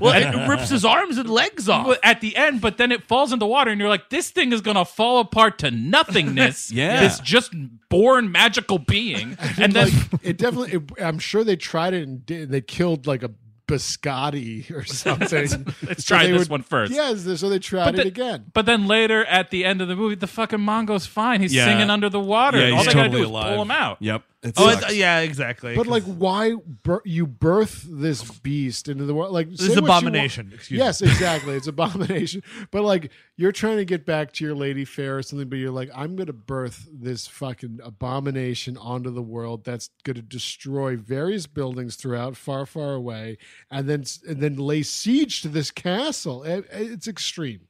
well, it rips his arms and legs off. Well, at the end, but then it falls in the water, and you're like, this thing is gonna fall apart to nothingness. Yeah. this just born magical being, and then. like, it definitely. It, I'm sure they tried it and did, they killed like a biscotti or something. Let's try they this would- one first. Yes, so they tried the- it again. But then later at the end of the movie, the fucking Mongo's fine. He's Yeah. singing under the water. and all they gotta do is pull him out. Yep. It Oh, sucks. it's, yeah, exactly. But like, why bir- you birth this beast into the world? Like, This is abomination, excuse me. yes, exactly. It's abomination. But like, you're trying to get back to your lady fair or something, but you're like, I'm gonna birth this fucking abomination onto the world that's gonna destroy various buildings throughout far, far away, and then and then lay siege to this castle. It- it's extreme.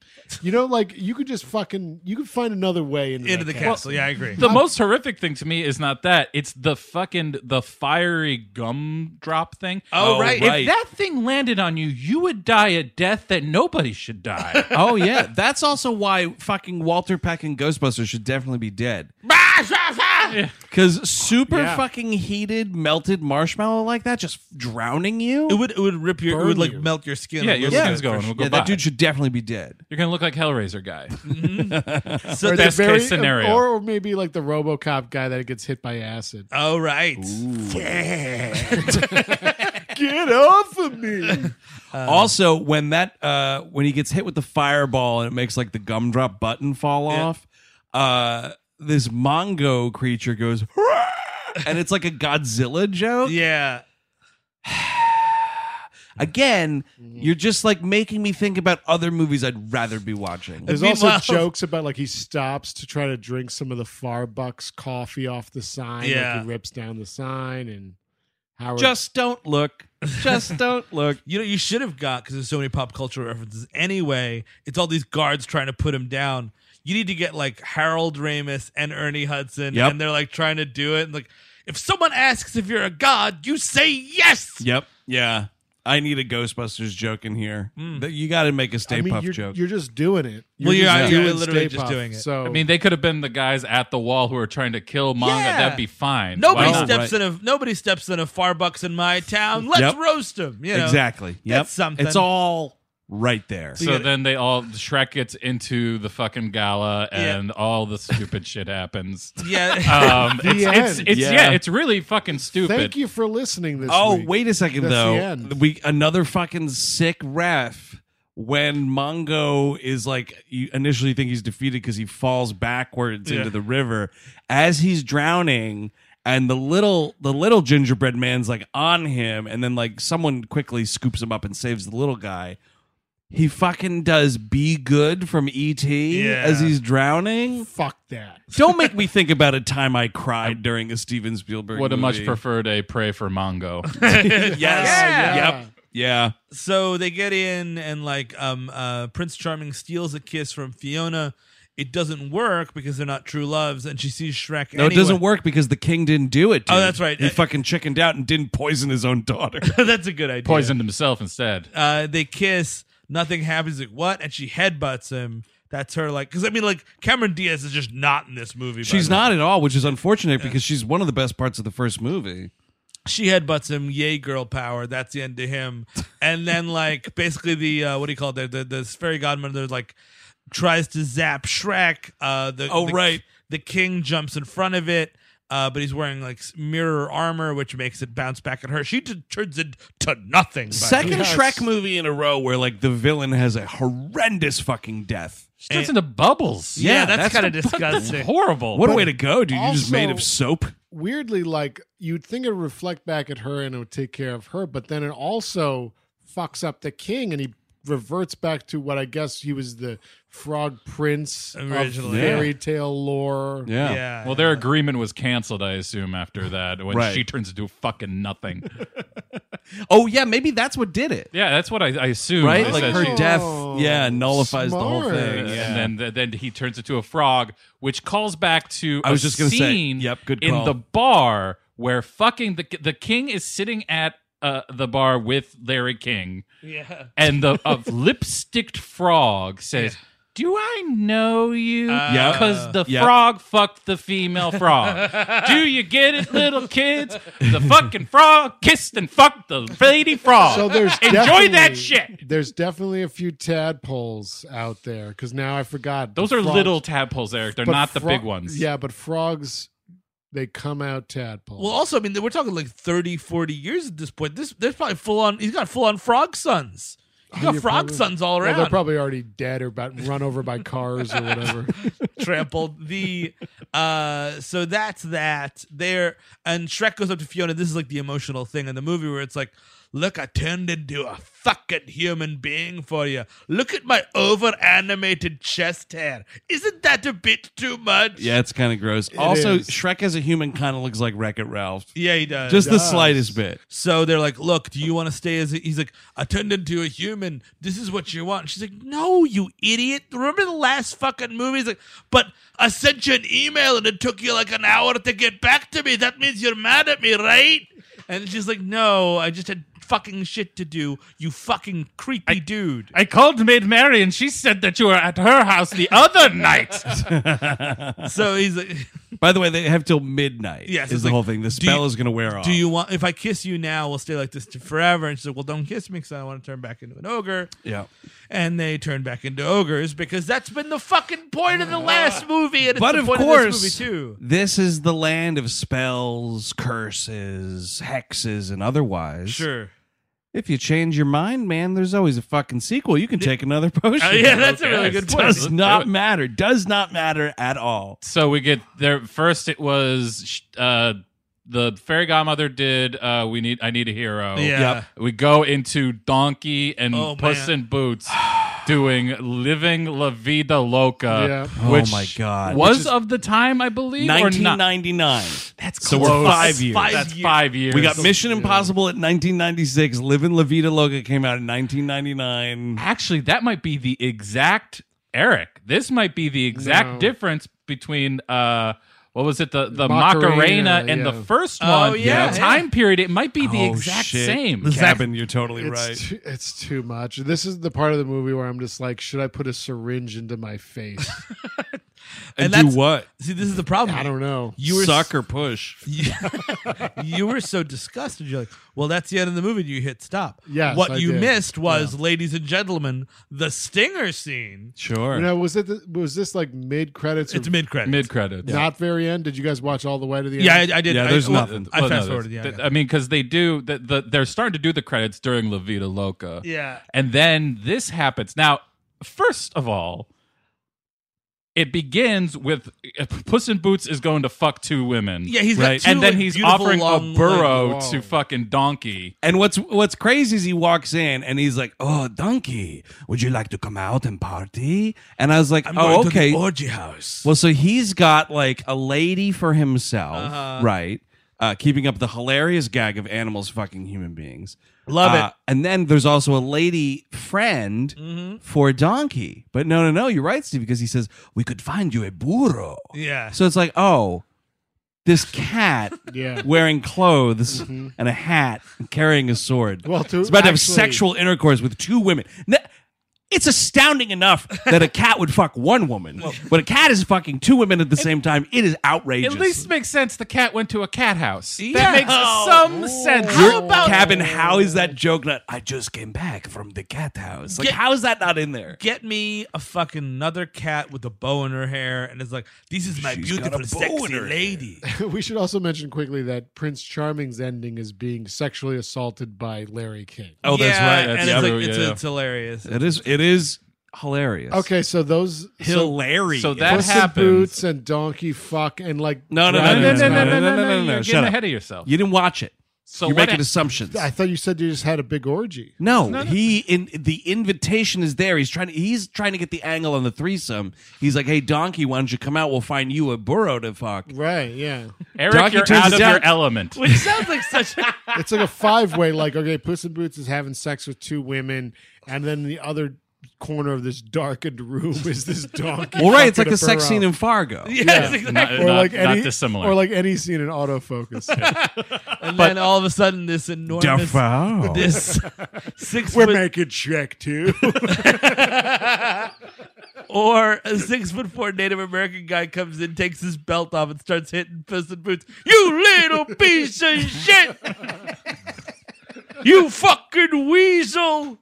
You know, like you could just fucking you could find another way into, into that the castle. yeah, I agree. The most horrific thing to me is not that. It's the fucking the fiery gum drop thing. Oh, Oh, right. right. If that thing landed on you, you would die a death that nobody should die. oh yeah, that's also why fucking Walter Peck and Ghostbusters should definitely be dead. Because super Yeah. fucking heated melted marshmallow like that, just drowning you. it would it would rip your it would Burn like you. melt your skin. Yeah, a your little skin's bit. going. We'll go yeah, by. that dude should definitely be dead. You're gonna look like Hellraiser guy. So Or the Best that's very- very- case scenario. Or maybe like the RoboCop guy that gets hit by acid. all oh, right. Get off of me! Um, also, when that uh when he gets hit with the fireball and it makes like the gumdrop button fall off, uh this Mongo creature goes "Hurrah!" and it's like a Godzilla joke. Yeah. Again, you're just like making me think about other movies I'd rather be watching. There's Meanwhile- also jokes about like he stops to try to drink some of the Farbucks coffee off the sign. Yeah. Like he rips down the sign and Howard. Just don't look. Just don't look. You know, you should have got because there's so many pop culture references. Anyway, it's all these guards trying to put him down. You need to get like Harold Ramis and Ernie Hudson, Yep. and they're like trying to do it. And like, if someone asks if you're a god, you say yes. Yep. Yeah. I need a Ghostbusters joke in here. That- You got to make a Stay I mean, Puft you're, joke. you're just doing it. Well, just yeah, you're doing literally Stay just Puft, doing it. So I mean, they could have been the guys at the wall who are trying to kill manga. Yeah. That'd be fine. Nobody Why not? steps in a nobody steps in a Farbucks in my town. Let's Yep. roast him. You know? exactly. Yep. That's something. It's all right there. So then they all Shrek gets into the fucking gala, and all the stupid shit happens. Uh, Yeah. Um, it's, it's, end. it's yeah. Yeah. it's really fucking stupid. thank you for listening this Oh, week. wait a second That's the though. end. We another fucking sick ref when Mongo is like you initially think he's defeated because he falls backwards into the river as he's drowning and the little the little gingerbread man's like on him and then like someone quickly scoops him up and saves the little guy. He fucking does be good from ET as he's drowning. Fuck that. Don't make me think about a time I cried during a Steven Spielberg Would have much movie. preferred a pray for Mongo. yes. Yeah. Yep. Yeah. so they get in and like um uh Prince Charming steals a kiss from Fiona. It doesn't work because they're not true loves, and she sees Shrek. No, anyway. it doesn't work because the king didn't do it. Dude. Oh, that's right. He Uh, fucking chickened out and didn't poison his own daughter. That's a good idea. Poisoned himself instead. uh, they kiss. Nothing happens. Like what? And she headbutts him. That's her. Like, because I mean, like Cameron Diaz is just not in this movie. by she's the way. not at all, which is unfortunate because she's one of the best parts of the first movie. She headbutts him. Yay, girl power. That's the end to him. And then like basically the uh, what do you call it? The, the the fairy godmother like tries to zap Shrek. Uh, the Oh, the- right. The king jumps in front of it. Uh, but he's wearing like mirror armor, which makes it bounce back at her. She t- turns it to nothing. by the Second way. Yes. Shrek movie in a row where like the villain has a horrendous fucking death. She turns into bubbles. yeah, Yeah, that's, that's kind of Fuck, that's disgusting. horrible. What a way to go, dude! You're just also- made of soap. Weirdly, like you'd think it would reflect back at her and it would take care of her, but then it also fucks up the king and he reverts back to what I guess he was the frog prince Originally. of fairy tale lore. Yeah. Yeah. Well, their agreement was canceled, I assume, after that when Right. she turns into fucking nothing. Oh yeah, maybe that's what did it. yeah, that's what I, I assume. Right, They like said her she- death. Oh, Yeah, nullifies the whole smart. thing. Yeah. Yeah. And then then he turns into a frog, which calls back to I was a just gonna say, scene yep, good in call. the bar where fucking the the king is sitting at uh, the bar with Larry King, yeah. and the a lipsticked frog says. Do I know you? Yeah. Because the Yeah. frog fucked the female frog. Do you get it, little kids? The fucking frog kissed and fucked the lady frog. So there's enjoy definitely- that shit. There's definitely a few tadpoles out there because now I forgot. Those the are frogs- little tadpoles, Eric. They're but not the fro- big ones. Yeah, but frogs, they come out tadpoles. Well, also, I mean, we're talking like 30, 40 years at this point. This There's probably full on, he's got full on frog sons. Oh, He's got you're frog probably- sons all Well, around. they're probably already dead or about run over by cars or whatever. trampled. The, uh, so that's that. There, and Shrek goes up to Fiona. This is like the emotional thing in the movie where it's like, look, I turned into a fucking human being for you. Look at my over animated chest hair. Isn't that a bit too much? Yeah, it's kind of gross. also, is. Shrek as a human kind of looks like Wreck It Ralph, Yeah, he does. just the slightest bit. So they're like, "Look, do you want to stay as?" A-? He's like, "I turned into a human. This is what you want." And she's like, "No, you idiot! Remember the last fucking movie?" He's like, "But I sent you an email and it took you like an hour to get back to me. That means you're mad at me, right?" And she's like, "No, I just had fucking shit to do. You fucking creepy dude." I called Maid Mary and she said that you were at her house the other night. so he's like. By the way, they have till midnight. Yes, is it's the like, whole thing. The do you- spell is going to wear off. Do you want? If I kiss you now, we'll stay like this to forever. And she's like, "Well, don't kiss me because I want to turn back into an ogre." Yeah. and they turn back into ogres because that's been the fucking point of the last movie, and Uh, it's But the of point course, of this movie too. this is the land of spells, curses, hexes, and otherwise. Sure. If you change your mind, man, there's always a fucking sequel. You can take another potion. Uh, yeah, that's a Okay. really good point. Does not matter. Does not matter at all. so we get there first. It was sh- uh, the fairy godmother did. Uh, we need. I need a hero. Yeah. Yep. We go into Donkey and Oh, Puss man. in Boots doing "Living La Vida Loca," Yeah. which oh my god. was of the time, I believe, or not? 1999. That's so Close. we're five years. Five That's years. five years. we got Mission Impossible at 1996. Living La Vida Loca came out in 1999. Actually, that might be the exact Eric. This might be the exact No. difference between uh what was it the the Macarena, Macarena, in the yeah. first one? Oh, yeah, the yeah. time period it might be the Oh, exact shit. same. Cabin, you're totally It's right. too, it's too much. This is the part of the movie where I'm just like, should I put a syringe into my face? and And do that's- what? See, this is the problem. I don't know. You were Suck or push? you, you were so disgusted. You're like, well, that's the end of the movie. You hit stop. Yes, What I you did. missed was, ladies and gentlemen, the stinger scene. Sure. You know, was it the, was this like mid credits? It's mid credit. Mid credits. not very end. Did you guys watch all the way to the Yeah, end? I, I did. Yeah, there's I, well, nothing. Oh, I Well, no, fast forwarded. Yeah, that's- yeah. I mean, because they do the, the, they're starting to do the credits during La Vida Loca. Yeah. And then this happens. Now, first of all, it begins with Puss in Boots is going to fuck two women. Yeah, he's got Right. two, and then like, he's beautiful offering long, a burrow like, to long- fucking donkey. And what's what's crazy is he walks in and he's like, "Oh, donkey, would you like to come out and party?" And I was like, I'm going "Oh, to the okay." orgy house. Well, so he's got like a lady for himself, Uh-huh. right? Uh, keeping up the hilarious gag of animals fucking human beings. Uh, Love it. And then there's also a lady friend Mm-hmm. for donkey. But no, no, no, you're right, Steve, because he says we could find you a burro. yeah. So it's like, oh, this cat Yeah. wearing clothes and a hat and carrying a sword. Well, to it's about to have actually- sexual intercourse with two women. Ne- It's astounding enough that a cat would fuck one woman, but a cat is fucking two women at the same time. It is outrageous. At least makes sense the cat went to a cat house. Yeah. That makes some sense. Your How about cabin? How is that joke not? I just came back from the cat house. Like, Get- how is that not in there? Get me a fucking another cat with a bow in her hair, and it's like, this is my She's got a beautiful, bow in sexy her hair. lady. we should also mention quickly that Prince Charming's ending is being sexually assaulted by Larry King. Oh, that's Yeah, right. That's and it's, true, like, it's, yeah. it's hilarious. It is. It is hilarious. Okay, so those so hilarious. So that Puss in happens. Boots and Donkey Fuck and like No, no, No, no, no, Dragon's no, no, Mouth. no, no, no, no, no, no, You're shut getting up. ahead of yourself. you didn't watch it. So You're what making I- assumptions. I thought you said you just had a big orgy. No, he in the invitation is there. He's trying to he's trying to get the angle on the threesome. He's like, "Hey, donkey, why don't you come out? We'll find you a burrow to fuck." Right, yeah. Eric, Donkey you're turns out of down- your element. Which sounds like such a It's like a five way, like, okay, Puss in Boots is having sex with two women, and then the other corner of this darkened room is this donkey. Well, right, it's like fucking a sex burro. scene in Fargo. yes, exactly. Not, or not- like not any, dissimilar. Or like any scene in autofocus. And then all of a sudden, this enormous, Defoe. this six We're foot making check too. or a six foot four Native American guy comes in, takes his belt off, and starts hitting Puss in Boots. You little piece of shit! you fucking weasel!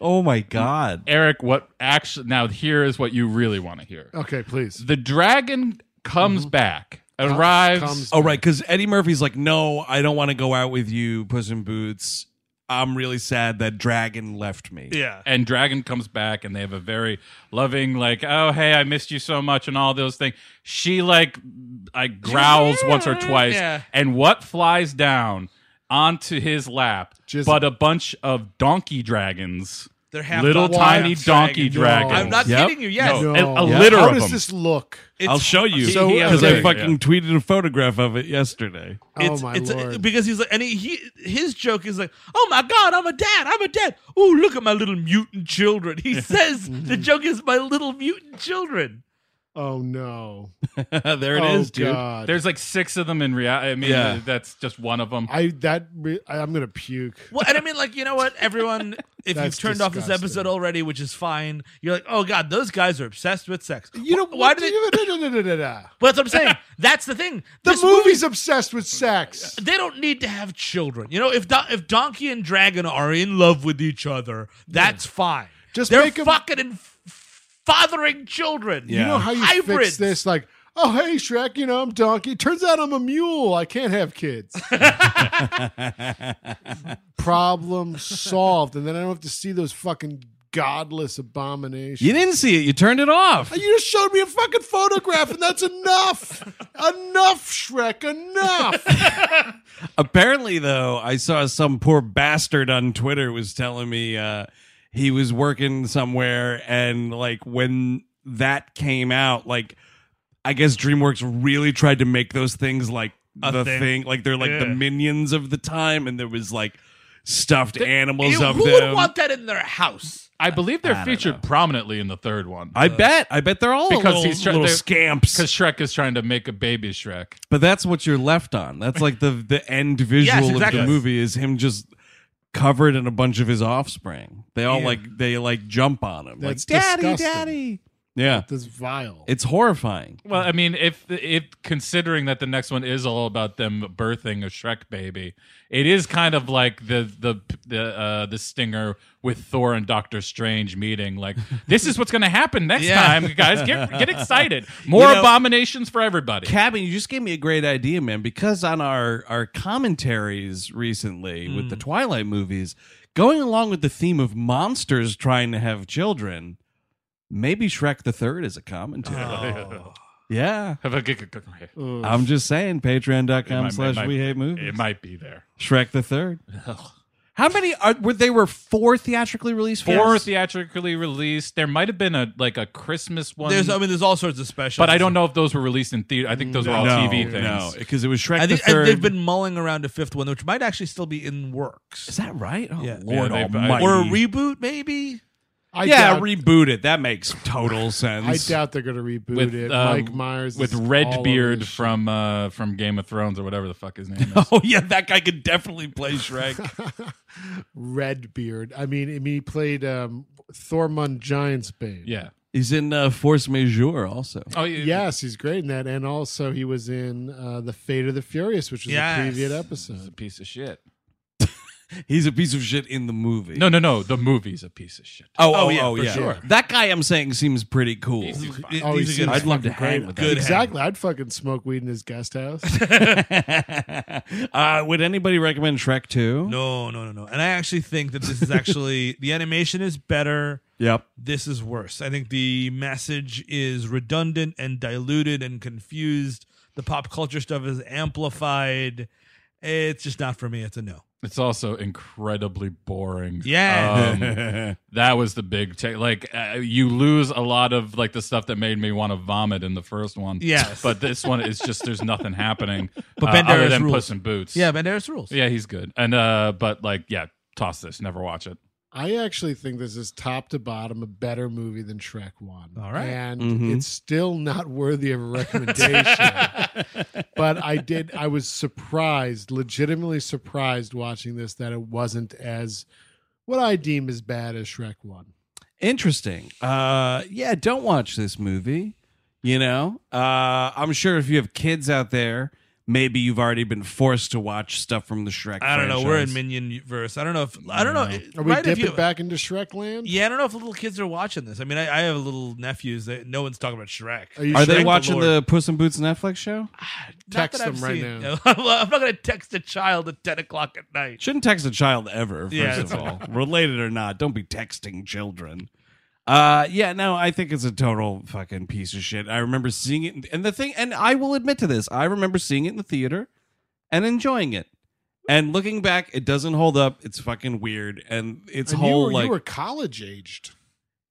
Oh my god. Eric, what actually now here is what you really want to hear. okay, please. Mm-hmm. The dragon comes back, arrives. comes- Oh right, cuz Eddie Murphy's like, "No, I don't want to go out with you, Puss in Boots. I'm really sad that Dragon left me." Yeah. and dragon comes back and they have a very loving like oh hey i missed you so much and all those things she like like growls once or twice Yeah. and what flies down onto his lap Just- but a bunch of donkey dragons They're half little donkey tiny dragons. donkey No. dragons I'm not Yep. kidding you. Yes. No. No. a- a litter How of does them. this look? It's- I'll show you So- he has because I a- fucking yeah. tweeted a photograph of it yesterday. Oh my lord! uh, because he's like, and he, he his joke is like, "Oh my god, I'm a dad, I'm a dad." Ooh, look at my little mutant children. He says Mm-hmm. the joke is my little mutant children. oh no! Uh, there it is, oh dude. god! there's like six of them in reality i mean Yeah. that's just one of them I that re- I, I'm gonna puke. Well, and I mean, like, you know what? Everyone, if That's you've turned off this disgusting. episode already, which is fine, you're like, oh god, those guys are obsessed with sex. You know Wh- why do they? you, da, da, da, da, da. Well, that's what I'm saying. That's the thing. The This movie- movie's obsessed with sex. They don't need to have children. You know, if Don- if Donkey and Dragon are in love with each other, that's fine. Just they're make 'em- fucking and f- fathering children. Yeah. You know how you Hybrids. fix this? Like, oh hey Shrek, you know I'm donkey. Turns out I'm a mule. I can't have kids. Problem solved. And then I don't have to see those fucking godless abominations. You didn't see it. You turned it off. You just showed me a fucking photograph, and that's enough. enough, Shrek. Enough. Apparently, though, I saw some poor bastard on Twitter was telling me uh, he was working somewhere, and like when that came out, like I guess DreamWorks really tried to make those things like the thing. thing. like they're like the Yeah. minions of the time, and there was like stuffed animals You- of who them. would want that in their house? I believe they're featured prominently in the third one. I bet. I bet they're all Because little, he's try- little they're- because scamps. Shrek is trying to make a baby Shrek. But that's what you're left on. That's like the the end visual exactly. of the movie is him just covered in a bunch of his offspring. They all Yeah. like they like jump on him. That's like daddy, disgusting. daddy. Yeah. This vile. It's horrifying. Well, I mean, if if considering that the next one is all about them birthing a Shrek baby, it is kind of like the the the uh, the stinger with Thor and Doctor Strange meeting. Like, this is what's going to happen next Yeah. time, guys. Get get excited! More You know- abominations for everybody. Cabin, you just gave me a great idea, man. Because on our our commentaries recently with the Twilight movies, going along with the theme of monsters trying to have children, maybe Shrek the Third is a commentary. Oh. Yeah, Have a g- g- g- I'm just saying. It might- Patreon.com it slash might- We Hate Movies. It might be there. Shrek the Third. How many are were they were four theatrically released? Four films? theatrically released. There might have been a like a Christmas one. There's, I mean, there's all sorts of specials, but I don't know if those were released in theater. I think those were all no, TV things. No, because it was Shrek I think uh, the Third. they've been mulling around a fifth one, which might actually still be in works, is that right? Oh, Yeah. Lord Yeah, they- Almighty. or a reboot, maybe. I yeah, doubt, reboot it. That makes total I sense. doubt they're going to reboot with it. uh, Mike Myers with is all over Redbeard this shit. from uh, from Game of Thrones or whatever the fuck his name is. Oh yeah, that guy could definitely play Shrek. Redbeard. I mean, I mean, he played um, Thormund Giantsbane. yeah. He's in uh, Force Majeure also. Oh yeah. Yes, he's great in that, and also he was in uh, the Fate of the Furious, which was Yes. a previous He's a episode. piece of shit. He's a piece of shit in the movie. No, no, no. The movie's a piece of shit. Oh, oh, yeah, oh, for yeah. sure. That guy I'm saying seems pretty cool. Oh, These he are good- seems I'd love to fucking great. hang with Good that. Exactly, I'd fucking smoke weed in his guest house. uh, would anybody recommend Shrek 2? No, no, no, no. And I actually think that this is actually the animation is better. Yep. This is worse. I think the message is redundant and diluted and confused. The pop culture stuff is amplified. It's just not for me. It's a no. It's also incredibly boring. Yeah. Um, that was the big take. Like uh, you lose a lot of like the stuff that made me want to vomit in the first one. Yes. But this one is just there's nothing happening. But uh, other Banderas than rules. Puss in Boots. Yeah, Banderas rules. Yeah, he's good. And uh, but like yeah, toss this. Never watch it. I actually think this is top to bottom a better movie than Shrek One. All right. and Mm-hmm. Mhm. it's still not worthy of a recommendation. but I did. I was surprised, legitimately surprised, watching this that it wasn't as what I deem as bad as Shrek One. Interesting. Uh, yeah, don't watch this movie. You know, uh, I'm sure if you have kids out there, maybe you've already been forced to watch stuff from the Shrek. I don't know. We're in franchise. Minion verse. I don't know if I don't know. Are we right, if dipping you- back into Shrek Land? Yeah, I don't know if little kids are watching this. I mean, I, I have little nephews that no one's talking about Shrek. Are you Are sure? they Thank the watching Lord. the Puss in Boots Netflix show? Not Text that I've them right seen. now. I'm not going to text a child at 10 o'clock at night. Shouldn't text a child ever, first Yeah, of that's- all. Related or not, don't be texting children. Uh yeah, no, I think it's a total fucking piece of shit. I remember seeing it and the thing and I will admit to this, I remember seeing it in the theater and enjoying it. And looking back, it doesn't hold up. It's fucking weird and it's And you, whole were, like you were college aged.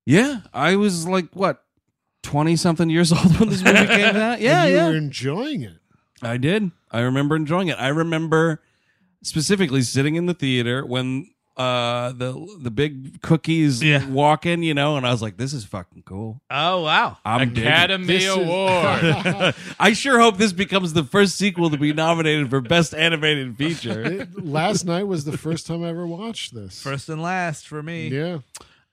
Yeah, I was like what 20 something years old when this movie came out. Yeah, and you yeah. were enjoying it. I did. I remember enjoying it. I remember specifically sitting in the theater when uh the the big cookies Yeah. walk in, you know, and I was like, "This is fucking cool." Oh, wow. I'm digging it." Academy This is- Award. I sure hope this becomes the first sequel to be nominated for best animated feature. It- last night was the first time I ever watched this. First and last for me. yeah.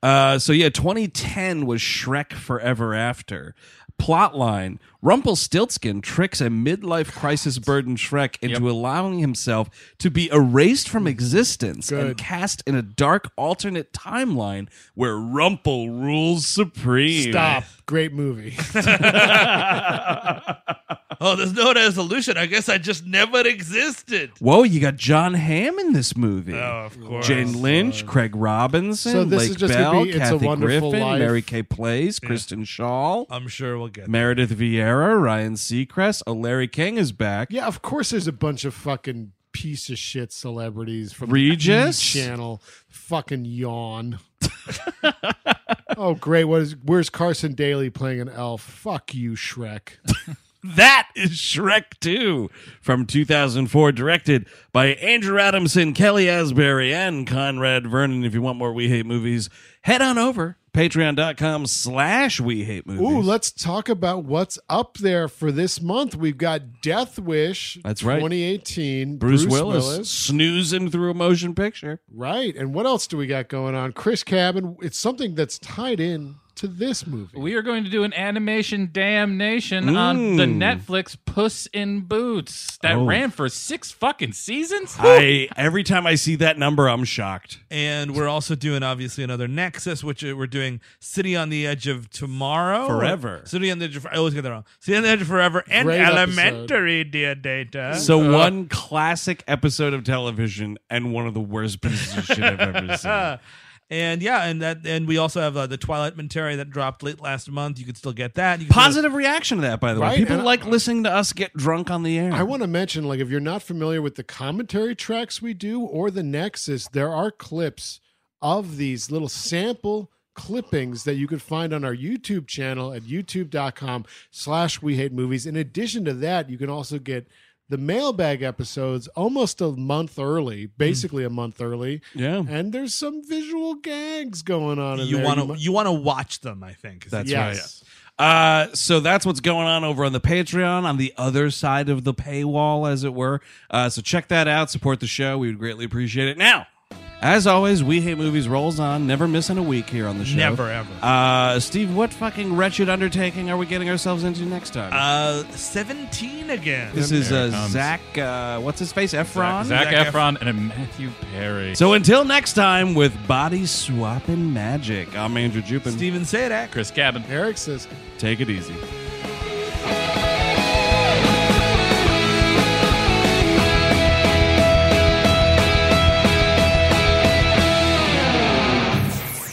Uh, so yeah, 2010 was Shrek Forever After. Plotline: Rumpelstiltskin tricks a midlife crisis-burdened Shrek into allowing himself to be erased from existence and Good. cast in a dark alternate timeline where Rumple rules supreme. Stop. Great movie. Oh, there's no resolution. I guess I just never existed. Whoa, you got John Hamm in this movie. Oh, of course. Jane Lynch, Craig Robinson, Uh, So this Lake is just gonna Bell, be It's a Kathy Wonderful Griffin, Life. Mary Kay Plays, Kristen Shaw. I'm sure we'll get Meredith Vieira, Ryan Seacrest, oh, Larry King is back. yeah, of course there's a bunch of fucking piece of shit celebrities from Regis? the E! channel. Fucking yawn. oh great. What is where's Carson Daly playing an elf? Fuck you, Shrek. That is Shrek 2 from 2004, directed by Andrew Adamson, Kelly Asbury, and Conrad Vernon. If you want more We Hate Movies, head on over patreon.com slash We Hate Movies. Ooh, let's talk about what's up there for this month. We've got Death Wish. That's right. 2018. Bruce, Willis, snoozing through a motion picture. Right. And what else do we got going on? Chris Cabin. It's something that's tied in to this movie. We are going to do an animation damnation on the Netflix Puss in Boots that ran for six fucking seasons. I every time I see that number, I'm shocked. And we're also doing obviously another Nexus, which uh, we're doing City on the Edge of Tomorrow, Forever. City on the Edge. Of, I always get that wrong. City on the Edge of Forever and Great episode. Elementary, dear Data. So one classic episode of television and one of the worst pieces of shit I've ever seen. and yeah, and that, and we also have uh, the Twilight Mentary that dropped late last month. You could still get that. You can still- Positive reaction to that, by the way. Right, People and I- like listening to us get drunk on the air. I want to mention, like, if you're not familiar with the commentary tracks we do or the Nexus, there are clips of these little sample clippings that you could find on our YouTube channel at youtube.com slash we hate movies. In addition to that, you can also get the mailbag episodes almost a month early, basically a month early. Yeah. And there's some visual gags going on in you there. want to might- you want to watch them. I think is the That's Yes. Uh, so that's what's going on over on the Patreon, on the other side of the paywall, as it were. Uh, so check that out. Support the show. We would greatly appreciate it. Now, as always, We Hate Movies rolls on, never missing a week here on the show. Never, ever. Uh, Steve, what fucking wretched undertaking are we getting ourselves into next time? Uh, seventeen again. this is there uh, it comes. Zach, uh, what's his face? Efron? Zach Zac Ef- Efron and a Matthew Perry. So until next time with Body Swapping Magic, I'm Andrew Jupin. Steven Sadak. Chris Cabin. Eric says, take it easy.